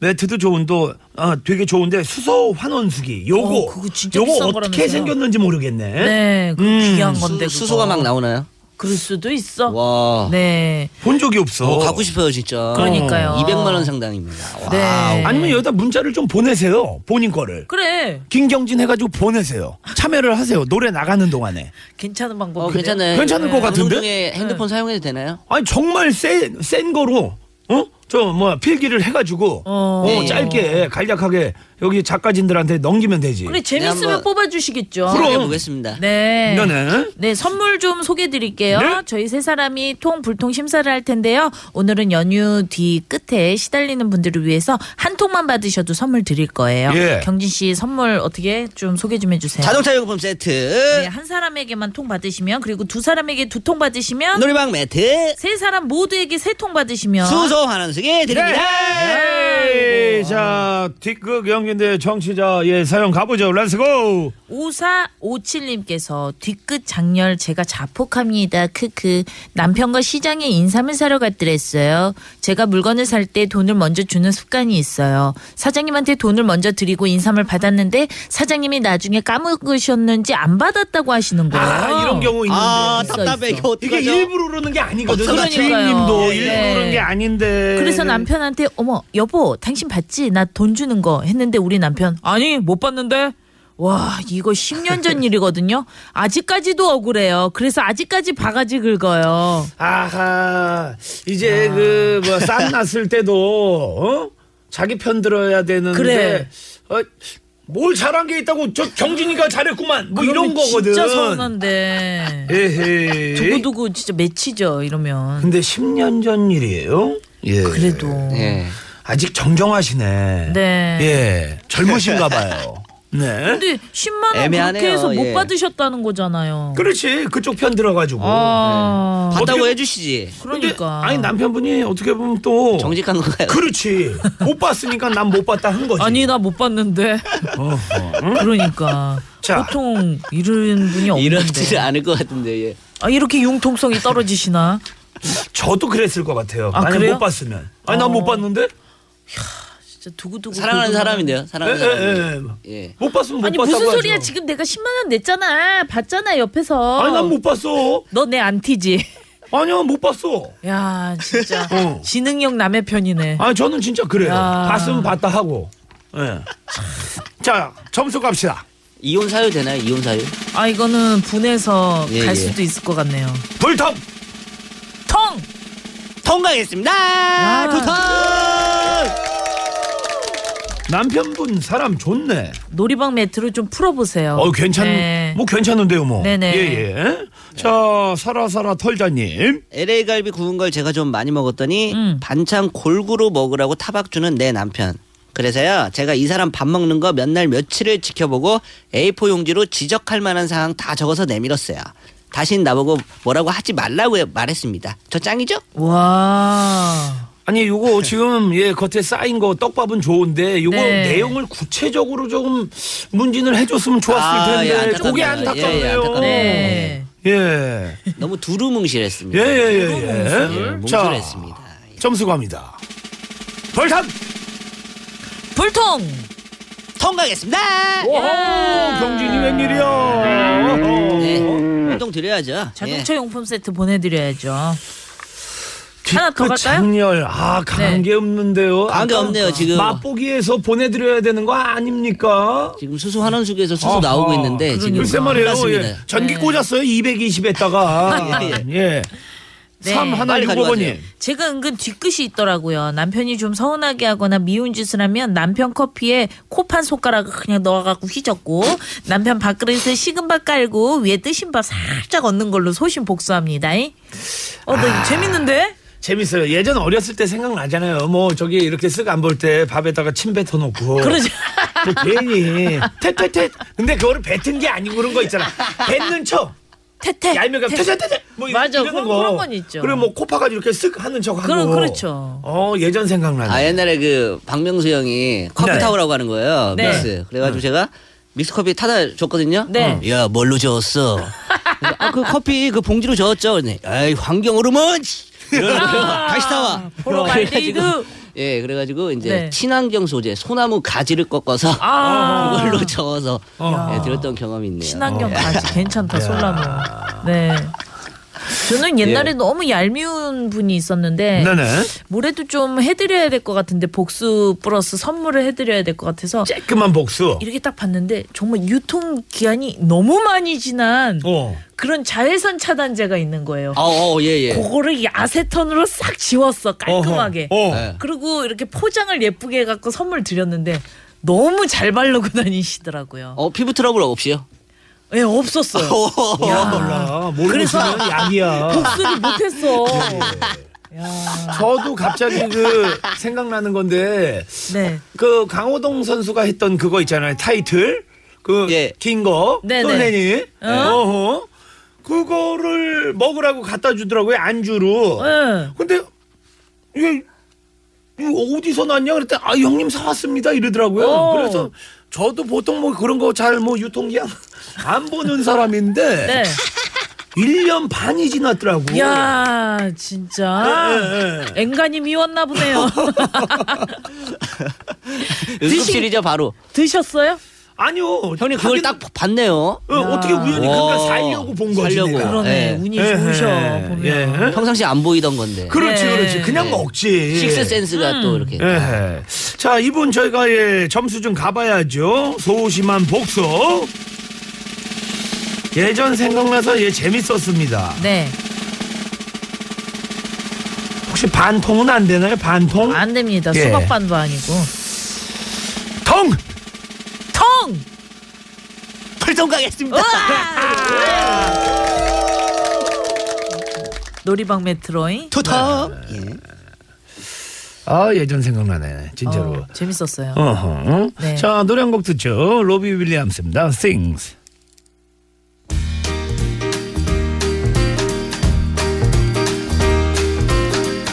S1: 매트도 좋은데 아, 되게 좋은데 수소 환원수기 요거
S16: 어, 그거 진짜
S1: 요거
S16: 비싼
S1: 어떻게
S16: 거라면서요.
S1: 생겼는지 모르겠네.
S16: 네,
S1: 그거
S10: 귀한 건데
S9: 음. 수, 소가막 나오나요?
S10: 그럴 수도 있어.
S9: 와.
S10: 네.
S1: 본 적이 없어.
S9: 어, 갖고 싶어요 진짜.
S10: 그러니까요.
S9: 200만 원 상당입니다. 와.
S10: 네.
S1: 아니면 여기다 문자를 좀 보내세요. 본인 거를.
S10: 그래.
S1: 김경진 해가지고 보내세요. 참여를 하세요. 노래 나가는 동안에.
S10: 괜찮은 방법.
S9: 어,
S16: 네.
S9: 괜찮아요.
S1: 괜찮을 것
S16: 그
S1: 같은데?
S9: 방송 중에 핸드폰 사용해도 되나요?
S1: 아니 정말 센, 센 거로 어? 저 뭐 필기를 해가지고 어,
S9: 네.
S1: 짧게 간략하게 여기 작가진들한테 넘기면 되지.
S10: 그래 재밌으면 뽑아주시겠죠.
S1: 그럼.
S9: 보겠습니다.
S10: 네.
S1: 이거는
S10: 네, 선물 좀 소개해드릴게요.
S1: 네.
S10: 저희 세 사람이 통 불통 심사를 할 텐데요. 오늘은 연휴 뒤 끝에 시달리는 분들을 위해서 한 통만 받으셔도 선물 드릴 거예요.
S9: 예.
S10: 경진 씨 선물 어떻게 좀 소개 좀 해주세요.
S9: 자동차 용품 세트.
S1: 그
S10: 네, 한 사람에게만 통 받으시면 그리고 두 사람에게 두 통 받으시면
S9: 놀이방 매트.
S10: 세 사람 모두에게 세 통 받으시면
S9: 수소 환원수기 드립니다.
S1: 네. 자, 뒷극 연기인데 정치자 예 사연 가보죠. 렛츠고.
S10: 5457님께서 뒤끝 장렬 제가 자폭합니다. 크크. 남편과 시장에 인삼을 사러 갔더랬어요. 제가 물건을 살 때 돈을 먼저 주는 습관이 있어요. 사장님한테 돈을 먼저 드리고 인삼을 받았는데 사장님이 나중에 까먹으셨는지 안 받았다고 하시는 거예요.
S1: 아, 이런 경우 있는데.
S10: 아, 답답해. 이거
S1: 이게
S10: 어떡하죠?
S1: 일부러 그러는 게 아니거든요.
S10: 그러니까요.
S1: 주인님도
S10: 예.
S1: 일부러 그러는 게 아닌데.
S10: 그래서 남편한테 어머 여보 당신 봤지 나 돈 주는 거 했는데 우리 남편 아니 못 봤는데 와 이거 10년 전 일이거든요 아직까지도 억울해요 그래서 아직까지 바가지 긁어요
S1: 아하. 이제 그 뭐쌈 났을 때도 어? 자기 편 들어야 되는데
S10: 그래.
S1: 어, 뭘 잘한 게 있다고 저 경진이가 잘했구만. 뭐 이런
S10: 그러면
S1: 거거든.
S10: 진짜 서운한데
S1: 에헤이.
S10: 두고두고 진짜 맺히죠 이러면
S1: 근데 10년 전 일이에요? 예.
S10: 그래도.
S1: 아직 정정하시네.
S10: 네.
S1: 예. 젊으신가 봐요. 네.
S10: 근데 10만 원 그렇게
S1: 애매하네요.
S10: 해서 못
S1: 예.
S10: 받으셨다는 거잖아요
S1: 그렇지. 그쪽 편 들어가지고.
S10: 아.
S9: 받다고
S1: 어떻게- 네.
S9: 해주시지.
S10: 그러니까
S1: 아니 남편분이 어떻게 보면 또 정직한 거예요. 그렇지. 못 봤으니까 난 못 봤다 한 거지.
S10: 아니 나 못 봤는데 그러니까 보통 이런 분이 없는데
S9: 이러지는 않을 것 같은데. 예.
S10: 아 이렇게 융통성이 떨어지시나?
S1: 저도 그랬을 것 같아요.
S10: 아,
S1: 만약
S10: 그래요? 어.
S1: 못 봤으면. 아니 난 못 봤는데.
S10: 진짜 두고두고
S9: 사랑하는
S10: 두고두고.
S9: 사람인데요. 사랑하는
S1: 예,
S9: 사람.
S1: 예, 못 봤으면 못
S10: 아니
S1: 봤다고
S10: 무슨 소리야
S1: 하죠.
S10: 지금 내가 10만 원 냈잖아 봤잖아 옆에서
S1: 아니 난 뭐- 못 봤어.
S10: 너 내 안티지
S1: 아니야 못 봤어.
S10: 야 진짜
S1: 어.
S10: 지능형 남의 편이네
S1: 아 저는 진짜 그래요.
S10: 야.
S1: 봤으면 봤다 하고. 예. 자 점수 갑시다.
S9: 이혼 사유 되나요? 이혼 사유?
S10: 아 이거는 분해서
S9: 예,
S10: 갈
S9: 예.
S10: 수도 있을 것 같네요
S1: 불통
S10: 통
S9: 통과했습니다. 두통.
S1: 남편분 사람 좋네.
S10: 놀이방 매트로 좀 풀어보세요
S1: 어 괜찮
S10: 네.
S1: 뭐 괜찮은데요 뭐.
S10: 네네.
S1: 예예. 자 사라사라 털자님.
S9: LA 갈비 구운 걸 제가 좀 많이 먹었더니 반찬 골고루 먹으라고 타박 주는 내 남편. 그래서요, 제가 이 사람 밥 먹는 거 몇 날 며칠을 지켜보고 A4 용지로 지적할 만한 사항 다 적어서 내밀었어요. 다신 나보고 뭐라고 하지 말라고 해- 말했습니다. 저 짱이죠?
S10: 와.
S1: 아니 요거 지금 예 겉에 쌓인 거 떡밥은 좋은데 요거
S9: 네.
S1: 내용을 구체적으로 조금 문진을 해줬으면 좋았을
S9: 아, 예,
S1: 텐데
S9: 안타깝네요.
S1: 그게
S9: 예, 예,
S1: 안타깝네요.
S9: 안타깝네요.
S1: 예.
S9: 너무 두루뭉실했습니다.
S1: 예예예.
S9: 두루뭉실.
S1: 예.
S9: 뭉실했습니다.
S1: 점수 갑니다. 벌탑
S10: 불통
S9: 통과하겠습니다.
S1: 어,
S10: 예.
S1: 오호, 경진이 웬일이야?
S9: 네, 운동 드려야죠. 예.
S10: 자동차 용품 세트 보내드려야죠 하나 더
S1: 그
S10: 갈까요?
S1: 장렬 아 강한
S10: 네.
S1: 게 없는데요.
S9: 강한 게
S1: 아까
S9: 없네요, 지금.
S1: 맛보기에서 보내드려야 되는 거 아닙니까?
S9: 지금 수소 환원수기에서 수소 나오고 있는데
S10: 그러니까.
S9: 지금
S1: 글쎄 말이에요.
S9: 끝났습니다.
S1: 예. 전기 꽂았어요. 220에다가 예.
S10: 네.
S1: 3 하나
S10: 빨리
S1: 6번님.
S10: 가져가세요. 제가 은근 뒤끝이 있더라고요. 남편이 좀 서운하게 하거나 미운 짓을 하면 남편 커피에 코판 손가락을 그냥 넣어갖고 휘젓고 남편 밥그릇에 식은 밥 깔고 위에 뜨신 밥 살짝 얹는 걸로 소신 복수합니다. 어, 나
S1: 아.
S10: 이거 재밌는데?
S1: 재밌어요. 예전 어렸을 때 생각나잖아요. 뭐 저기 이렇게 쓱 안 볼 때 밥에다가 침 뱉어놓고.
S10: 그러죠.
S1: 또 괜히 퇴퇴퇴. 근데 그거를 뱉은 게 아니고 그런 거 있잖아. 뱉는 척.
S10: 네. 퇴퇴.
S1: 얄미가 퇴퇴퇴퇴. 뭐 이런-
S10: 맞아.
S1: 이러는
S10: 그런-
S1: 거.
S10: 그런 건 있죠.
S1: 그리고 뭐 코파가 이렇게 쓱 하는 척 하고.
S10: 그럼 그렇죠.
S1: 어 예전 생각나네.
S9: 아 옛날에 그 박명수 형이 커피
S1: 네.
S9: 타오라고 하는 거예요
S1: 네.
S9: 믹스 그래가지고 제가 믹스 커피 타다 줬거든요 음.
S10: 네.
S9: 야 아, 그 뭘로 저었어 아그 커피 그 봉지로 저었죠 그랬더니, 에이 환경 호르몬 씨, 이러면서 다시 나와.
S10: 포로말리드.
S9: 그래가지고- 예, 그래가지고 이제
S10: 네.
S9: 친환경 소재 소나무 가지를 꺾어서
S10: 아.
S9: 그걸로 저어서 예, 들었던 경험이 있네요.
S10: 친환경
S1: 어.
S9: 예.
S10: 바지 괜찮다 솔라노. 네. 저는 옛날에
S9: 예.
S10: 너무 얄미운 분이 있었는데
S1: 네네.
S10: 뭐래도 좀 해드려야 될 것 같은데 복수 플러스 선물을 해드려야 될 것 같아서
S1: 깔끔한 복수.
S10: 이렇게 딱 봤는데 정말 유통 기한이 너무 많이 지난
S1: 어.
S10: 그런 자외선 차단제가 있는 거예요.
S9: 아, 어, 예, 예.
S10: 그거를 야세턴으로 싹 지웠어 깔끔하게.
S9: 어허. 어.
S10: 그리고 이렇게 포장을 예쁘게 해갖고 선물 드렸는데 너무 잘 바르고 다니시더라고요.
S9: 어, 피부 트러블 없이요?
S10: 예, 없었어요.
S1: 야, 몰라. 모르고
S10: 그래서
S1: 쓰면 약이야.
S10: 복수를 못했어.
S1: 저도 갑자기 그 생각나는 건데
S10: 네.
S1: 그 강호동 선수가 했던 그거 있잖아요 타이틀 그 긴 거
S16: 네네.
S1: 쏠래니
S16: 어?
S1: 어허 그거를 먹으라고 갖다 주더라고요
S10: 예.
S1: 안주로
S10: 어.
S1: 근데 이게 이거 어디서 났냐 그랬더니 아 형님 사왔습니다 이러더라고요
S16: 어.
S1: 그래서 저도 보통 뭐 그런 거 잘 뭐 유통기한 안 보는 사람인데
S10: 네.
S1: 1년 반이 지났더라고
S10: 야 진짜
S1: 예,
S10: 앵간히 미웠나 보네요.
S9: 응급실이죠 바로.
S10: 드셨어요?
S1: 아니요.
S9: 형님 그걸 딱 봤네요.
S1: 어, 어떻게 우연히 그걸 살려고 본 거지,
S9: 살려고.
S1: 내가. 그러네, 운이 좋으셔, 보면.
S9: 평상시 안 보이던 건데.
S1: 그렇지 그렇지 그냥
S9: 예.
S1: 먹지
S9: 식스 센스가 또 이렇게.
S1: 예. 자 이분 저희가 예, 점수 좀 가봐야죠 소심한 복수 예전 생각나서 예 재밌었습니다
S10: 네.
S1: 혹시 반통은 안 되나요 반통
S10: 안 됩니다.
S1: 예.
S10: 수박 반도 아니고.
S1: 통
S10: 통.
S9: 불통가겠습니다.
S10: 놀이방 메트로잉.
S9: 토터.
S1: 아 예전 생각나네 진짜로
S10: 재밌었어요.
S1: 어허.
S10: 네.
S1: 자 노래 한 곡 듣죠 로비 윌리엄스입니다 Things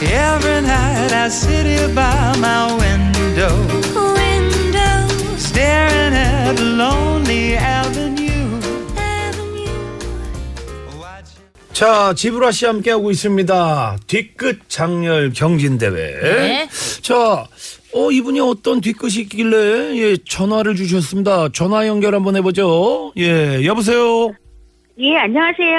S2: Every night I sit here by my window, window, staring at a lonely avenue.
S1: 자, 지브라 씨 함께 하고 있습니다. 뒤끝 장렬 경진 대회.
S16: 네.
S1: 자, 어 이분이 어떤 뒤끝이 있길래 예, 전화를 주셨습니다. 전화 연결 한번 해보죠. 예, 여보세요.
S19: 예, 안녕하세요.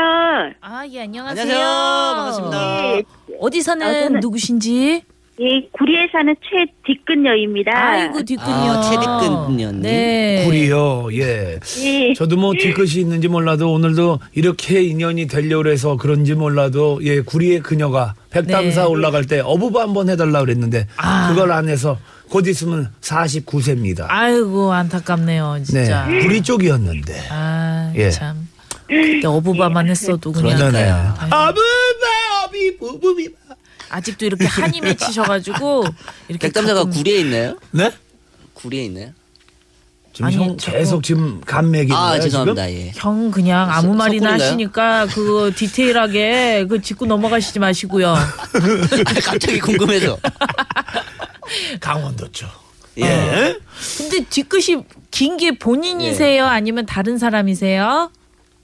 S10: 아, 예, 안녕하세요. 예.
S19: 반갑습니다.
S10: 어디 사는
S19: 아, 저는-
S10: 누구신지?
S19: 예, 구리에 사는 최뒷근녀입니다.
S10: 아이고, 뒷근녀. 아,
S9: 최뒷근녀님.
S10: 네.
S1: 구리요. 예.
S19: 예.
S1: 저도 뭐 뒤끝이 있는지 몰라도 오늘도 이렇게 인연이 되려고 해서 그런지 몰라도 예, 구리의 그녀가 백담사
S16: 네.
S1: 올라갈 때 어부바 한번 해달라 그랬는데 그걸 안 해서 곧 있으면 49세입니다.
S10: 아. 아이고, 안타깝네요,
S1: 네.
S10: 진짜.
S1: 구리 쪽이었는데.
S10: 아,
S1: 예.
S10: 참. 그때 어부바만 했어도 그냥.
S9: 네.
S1: 그러잖아요.
S10: 어부바, 어비부부비. 아직도 이렇게 한이 맺히셔가지고 이렇게
S9: 백담사가
S10: 가끔-
S9: 구리에 있나요?
S1: 네?
S9: 구리에 있나요?
S1: 지금 형 계속 지금 감맥이
S9: 아, 죄송합니다. 예.
S10: 형 그냥 아무 말이나
S9: 석굴인가요?
S10: 하시니까 그거 디테일하게 그 짚고 넘어가시지 마시고요.
S9: 갑자기 궁금해서.
S1: 강원도죠. 어,
S9: 예.
S10: 근데 뒤끝이 긴 게 본인이세요? 아니면 다른 사람이세요?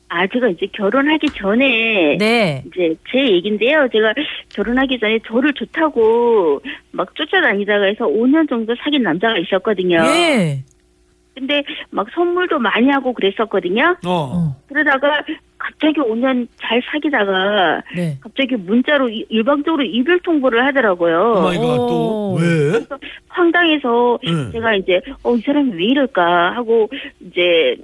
S19: 아, 제가 이제 결혼하기 전에
S10: 네.
S19: 이제 제 얘긴데요. 제가 결혼하기 전에 저를 좋다고 막 쫓아다니다가 해서 5년 정도 사귄 남자가 있었거든요.
S10: 예.
S19: 근데 막 선물도 많이 하고 그랬었거든요.
S1: 어.
S19: 그러다가 갑자기 5년 잘 사귀다가
S10: 네.
S19: 갑자기 문자로 이- 일방적으로 이별 통보를 하더라고요.
S1: 어,
S10: 어.
S1: 왜?
S19: 황당해서
S1: 응.
S19: 제가 이제 어 이 사람이 왜 이럴까 하고 이제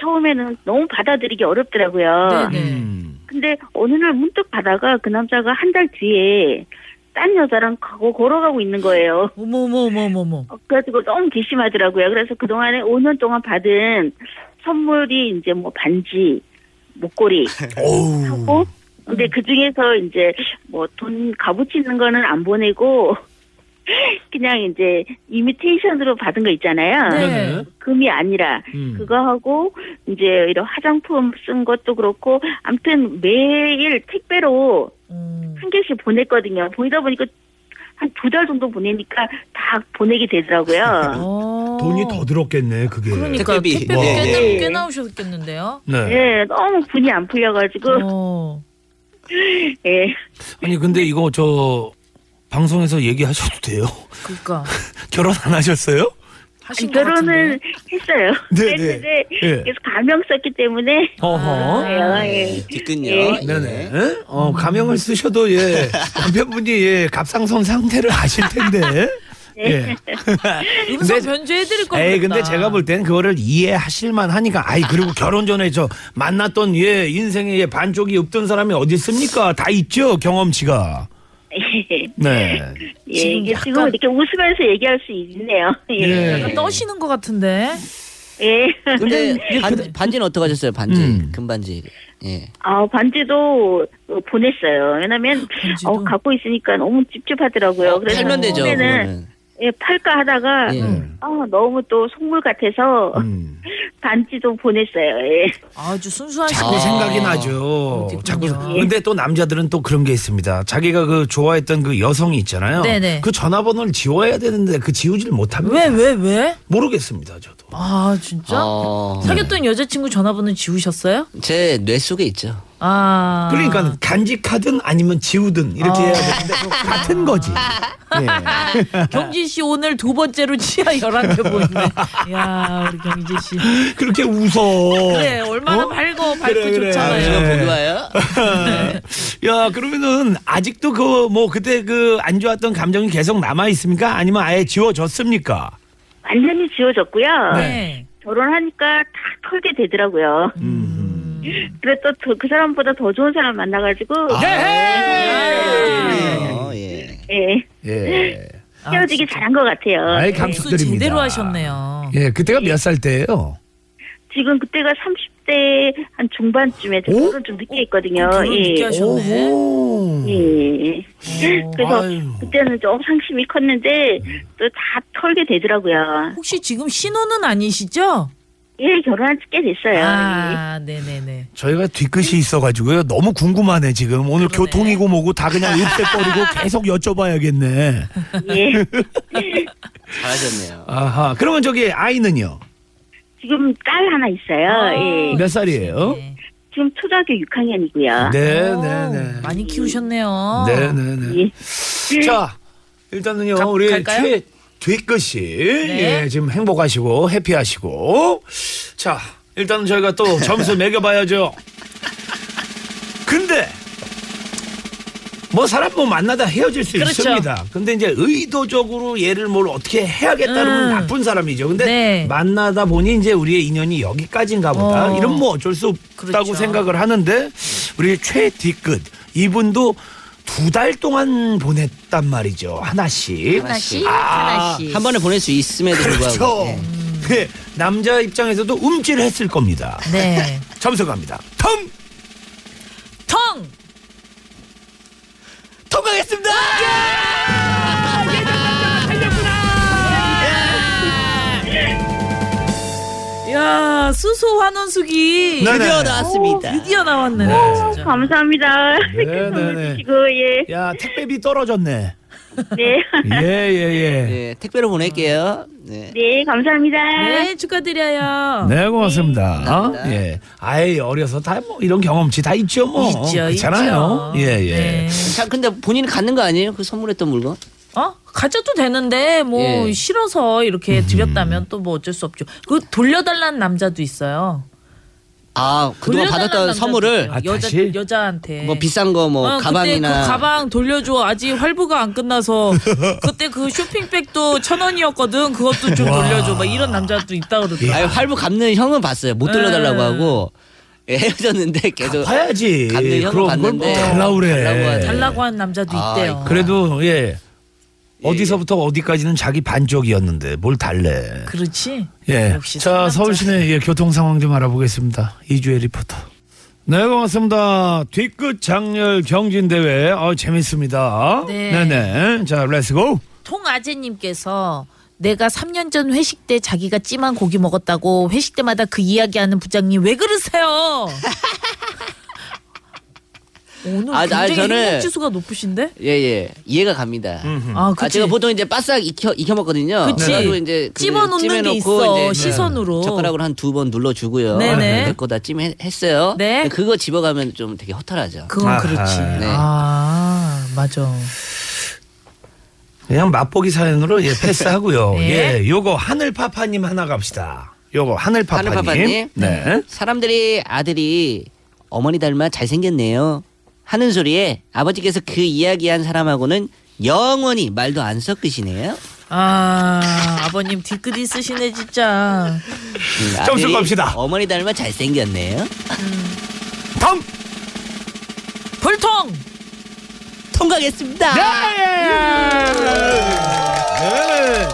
S19: 처음에는 너무 받아들이기
S10: 네,
S19: 어렵더라고요.
S1: 음.
S19: 근데 어느 날 문득 받아가 그 남자가 한 달 뒤에 딴 여자랑 가고 걸어가고 있는 거예요.
S10: 어머머머머머.
S19: 그래가지고 너무 괘씸하더라고요. 그래서 그 동안에 5년 동안 받은 선물이 이제 뭐 반지, 목걸이 하고 근데 그 중에서 이제 뭐 돈 값어치 있는 거는 안 보내고 그냥 이제 이미테이션으로 받은 거 있잖아요.
S2: 네네.
S19: 금이 아니라
S2: 음.
S19: 그거 하고 이제 이런 화장품 쓴 것도 그렇고 아무튼 매일 택배로 한 개씩 보냈거든요. 보이다 보니까 한 두 달 정도 보내니까 다 보내게 되더라고요.
S1: 돈이 더 들었겠네 그게.
S10: 어. 그러니까 택배비
S1: 와.
S10: 꽤, 나, 꽤 나오셨겠는데요?
S1: 네.
S10: 어.
S19: 예, 너무 분이 안 풀려가지고 예.
S1: 아니 근데 이거 저 방송에서 얘기하셔도 돼요.
S10: 그니까.
S1: 결혼 안 하셨어요?
S19: 아니, 결혼은 했어요.
S1: 네, 네.
S19: 했는데
S1: 예.
S19: 계속 가명 썼기 때문에.
S1: 어허.
S19: 아, 예. 예.
S1: 네네. 어, 가명을 쓰셔도 예 남편분이 예 갑상선 상태를 아실 텐데. 예. 네,
S10: 음성 변조해드릴 거
S1: 에이 근데 제가 볼 땐 그거를 이해하실만 하니까 아이 그리고 결혼 전에 저 만났던 예 인생의 예, 반쪽이 없던 사람이 어디 있습니까? 다 있죠 경험치가.
S19: 예.
S1: 네.
S19: 예, 이게 지금 이렇게 웃으면서 얘기할 수 있네요. 예.
S9: 예.
S10: 떠시는 것 같은데.
S19: 예.
S9: 근데
S1: 그-
S9: 반, 반지는 어떻게 하셨어요? 반지
S1: 음.
S9: 금반지. 예.
S19: 아, 반지도 어, 보냈어요. 왜냐면 어, 갖고 있으니까 너무 찝찝하더라고요. 그래서
S9: 어, 팔면 되죠,
S19: 처음에는
S9: 그거는.
S19: 예, 팔까 하다가
S9: 예.
S1: 음.
S19: 아, 너무 또 속물 같아서 반지도 보냈어요. 예.
S10: 아주 예. 순수하시
S1: 자꾸 생각이 나죠. 자꾸 근데 또 남자들은 또 그런 게 있습니다. 자기가 그 좋아했던 그 여성이 있잖아요.
S10: 네네.
S1: 그 전화번호를 지워야 되는데 그 지우질 못합니다.
S10: 왜, 왜, 왜?
S1: 모르겠습니다, 저도.
S10: 아 진짜?
S9: 어.
S10: 사귀었던 여자친구 전화번호 지우셨어요?
S9: 제 뇌 속에 있죠.
S10: 아.
S1: 그러니까 간직하든 아니면 지우든 이렇게 해야 되는데 또 같은 거지.
S10: 경진 씨 오늘 두 번째로 치아 열한 개 보이네. 야 우리 경진 씨.
S1: 그렇게 웃어.
S10: 그래 얼마나 밝고 밝고 좋잖아요.
S1: 네. 야 그러면은 아직도 그 뭐 그때 그 안 좋았던 감정이 계속 남아 있습니까? 아니면 아예 지워졌습니까?
S19: 완전히 지워졌고요.
S1: 네.
S19: 결혼하니까 다 털게 되더라고요.
S1: 음.
S19: 그래 또그 그 사람보다 더 좋은 사람 만나가지고
S9: 아, 어,
S1: 음.
S19: 예.
S1: 예.
S9: 아,
S19: 헤어지기 잘한 것 같아요.
S1: 아이,
S19: 예.
S1: 감축드립니다. 네, 제대로
S10: 하셨네요.
S1: 예, 그때가 몇 살 때예요?
S19: 지금 그때가 30대 한 중반쯤에 저 결혼 좀
S9: 어,
S19: 늦게 했거든요.
S9: 그,
S10: 그
S1: 결혼
S19: 예.
S1: 늦게 하셨네.
S19: 예.
S1: 어,
S19: 그래서 그때는 좀 상심이 컸는데 또 다 털게 되더라고요.
S10: 혹시 지금 신혼은 아니시죠?
S19: 예, 결혼한 지 꽤 됐어요. 예.
S10: 아 네네네.
S1: 저희가 뒤끝이 있어가지고요. 너무 궁금하네 지금. 오늘 교통이고 뭐고 다 그냥 읍대거리고 계속 여쭤봐야겠네.
S19: 예.
S9: 잘하셨네요.
S1: 아하. 그러면 저기 아이는요?
S19: 지금 딸 하나 있어요.
S1: 아.
S19: 예.
S1: 몇 살이에요?
S19: 지금 초등학교 6학년이고요.
S1: 네, 네, 네.
S10: 많이 키우셨네요.
S1: 네, 네, 네. 자, 일단은요. 우리
S10: 예. 갈까요?
S1: 최 뒤끝이
S10: 네.
S1: 예, 지금 행복하시고 해피하시고 자, 일단은 저희가 또 점수 매겨봐야죠. 근데 뭐 사람 뭐 만나다 헤어질 수
S10: 그렇죠.
S1: 있습니다. 근데 이제 의도적으로 얘를 뭘 어떻게 해야겠다는
S10: 음.
S1: 나쁜 사람이죠. 근데
S10: 네.
S1: 만나다 보니 이제 우리의 인연이 여기까지인가 보다.
S10: 어.
S1: 이런 뭐 어쩔 수 없다고
S9: 그렇죠.
S1: 생각을 하는데 우리 최뒤끝 이분도 두 달 동안 보냈단 말이죠. 하나씩.
S9: 하나씩,
S1: 하나씩.
S9: 한 번에 보낼 수 있음에도
S1: 그렇죠.
S9: 불구하고. 예.
S1: 네. 남자 입장에서도 움찔했을 겁니다.
S10: 네.
S1: 점수 갑니다. 텅!
S10: 텅!
S9: 통과했습니다!
S10: 야 수소 환원수기
S1: 네네. 드디어 나왔습니다.
S10: 오, 드디어 나왔네. 진짜.
S19: 감사합니다.
S1: 네, 네, 네.
S19: 그리고 예.
S1: 야, 택배비 떨어졌네.
S19: 네.
S1: 예, 예,
S9: 네.
S1: 예.
S9: 택배로 보낼게요.
S19: 네, 감사합니다.
S10: 네 축하드려요.
S1: 네, 고맙습니다. 예. 아예 어려서 다 뭐 이런 경험치 다 있죠, 뭐.
S9: 있죠, 네.
S1: 그렇잖아요.
S9: 있죠.
S1: 예, 예.
S9: 자, 근데 본인이 갖는 거 아니에요? 그 선물했던 물건?
S10: 네. 어? 가져도 되는데 뭐
S9: 예.
S10: 싫어서
S1: 음.
S10: 이렇게 드렸다면 또 뭐 어쩔 수 없죠. 그 돌려달라는 남자도 있어요.
S9: 아, 그동안
S10: 돌려달라는
S9: 받았던
S10: 남자도
S9: 선물을
S1: 아,
S10: 있어요. 여자 여자한테
S9: 뭐 비싼 거 뭐
S10: 어, 그때
S9: 가방이나
S10: 그 가방 돌려줘 아직 활부가 안 끝나서 그때 그 쇼핑백도 천 원이었거든 그것도 좀 돌려줘 막 이런 남자도 있다 그러더라고.
S9: 아니, 활부 갚는 형은 봤어요. 못 돌려달라고
S10: 예.
S9: 하고 예, 헤어졌는데 계속
S1: 갚아야지.
S9: 갚는
S1: 그럼
S9: 형은
S1: 그걸 뭐
S9: 봤는데
S1: 달라고 그래.
S9: 하네.
S10: 달라고 하는 남자도
S1: 아,
S10: 있대요.
S1: 그래도 예. 어디서부터 어디까지는 자기 반쪽이었는데 뭘 달래.
S10: 그렇지.
S1: 예. 자, 서울 시내 예, 교통 상황 좀 알아보겠습니다. 이주혜 리포터. 네, 고맙습니다. 뒤끝 장렬 경진 대회. 어, 재밌습니다.
S10: 네.
S1: 네 자, 렛츠고.
S10: 통아재님께서 내가 3년 전 회식 때 자기가 찜한 고기 먹었다고 회식 때마다 그 이야기하는 부장님 왜 그러세요? 오늘
S9: 아, 아,
S10: 굉장히
S9: 저는-
S10: 행복 지수가 높으신데?
S9: 예, 예. 이해가 갑니다.
S10: 아, 그치.
S9: 제가 보통 이제 바싹 익혀, 익혀 먹거든요.
S10: 그치.
S9: 그래가지고 이제 그
S10: 찝어 놓는 게
S9: 찜해놓고
S10: 있어, 시선으로.
S9: 젓가락으로 한 두 번 눌러주고요.
S10: 네네.
S9: 내 거다 찜했어요.
S10: 네.
S9: 그거 집어가면 좀 되게 허탈하죠.
S10: 그건 그렇지.
S9: 네.
S10: 아, 맞아.
S1: 그냥 맛보기 사연으로 예, 패스하고요.
S9: 예.
S1: 예, 요거 하늘파파님 하나 갑시다. 요거 하늘파파님.
S9: 하늘파파님.
S1: 네.
S9: 사람들이 아들이 어머니 닮아 잘생겼네요. 하는 소리에 아버지께서 그 이야기한 사람하고는 영원히 말도 안 섞으시네요.
S10: 아, 아버님 뒤끝이 쓰시네, 진짜.
S9: 음,
S10: 점수
S9: 아들이
S10: 갑시다.
S9: 어머니 닮아 잘생겼네요.
S1: 텅!
S10: 불통!
S9: 통과하겠습니다.
S1: 예! 네.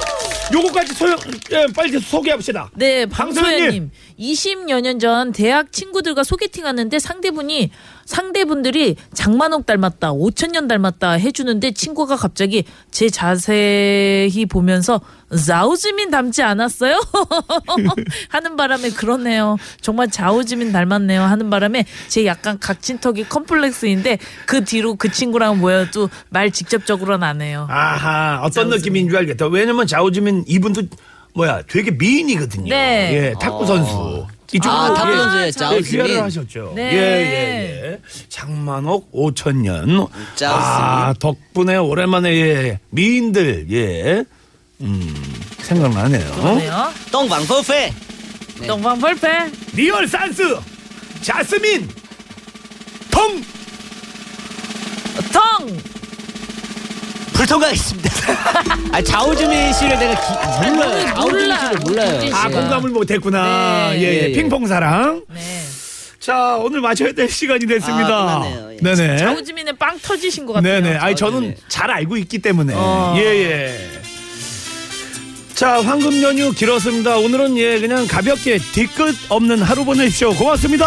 S1: 요거까지 소영 예, 빨리 소개합시다.
S10: 네,
S1: 강소연님.
S10: 방소연님. 20여 년 전 대학 친구들과 소개팅 하는데 상대분이 상대분들이 장만옥 닮았다, 5천년 닮았다 해주는데 친구가 갑자기 제 자세히 보면서 자오즈민 닮지 않았어요? 하는 바람에 그러네요. 정말 자오즈민 닮았네요. 하는 바람에 제 약간 각진턱이 컴플렉스인데 그 뒤로 그 친구랑 모여도 말 직접적으로는 안 해요.
S1: 아하, 어떤 느낌인 줄 알겠다. 왜냐면 자우지민 이분도 뭐야, 되게 미인이거든요.
S10: 네.
S1: 예, 탁구 선수. 이쪽으로
S9: 아, 탁구
S1: 예,
S9: 선수예요,
S1: 예,
S9: 자우지민.
S1: 귀화를 하셨죠.
S9: 네.
S1: 예, 예, 예. 장만옥 5천년. 아, 덕분에 오랜만에 예, 미인들 예. 음, 생각나네요.
S10: 그러네요.
S9: 똥방퍼페.
S10: 똥방퍼페.
S1: 리얼 산스. 자스민. 통.
S10: 통.
S9: 불통과하겠습니다. 아, 자오즈민 씨를 내가 기, 몰라요. 자오즈민 씨를 몰라요.
S1: 아, 공감을 못했구나.
S9: 네.
S1: 예,
S9: 예, 예.
S1: 예, 핑퐁 사랑.
S10: 네.
S1: 자, 오늘 마쳐야 될 시간이 됐습니다.
S10: 아,
S1: 네네.
S10: 자우지민의 빵 터지신 것 같아요.
S1: 네네. 아니 저는 잘 알고 있기 때문에.
S10: 어.
S1: 예예. 자 황금 연휴 길었습니다. 오늘은 예 그냥 가볍게 뒤끝 없는 하루 보내십시오. 고맙습니다.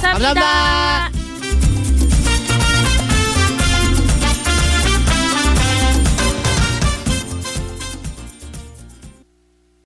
S10: 감사합니다.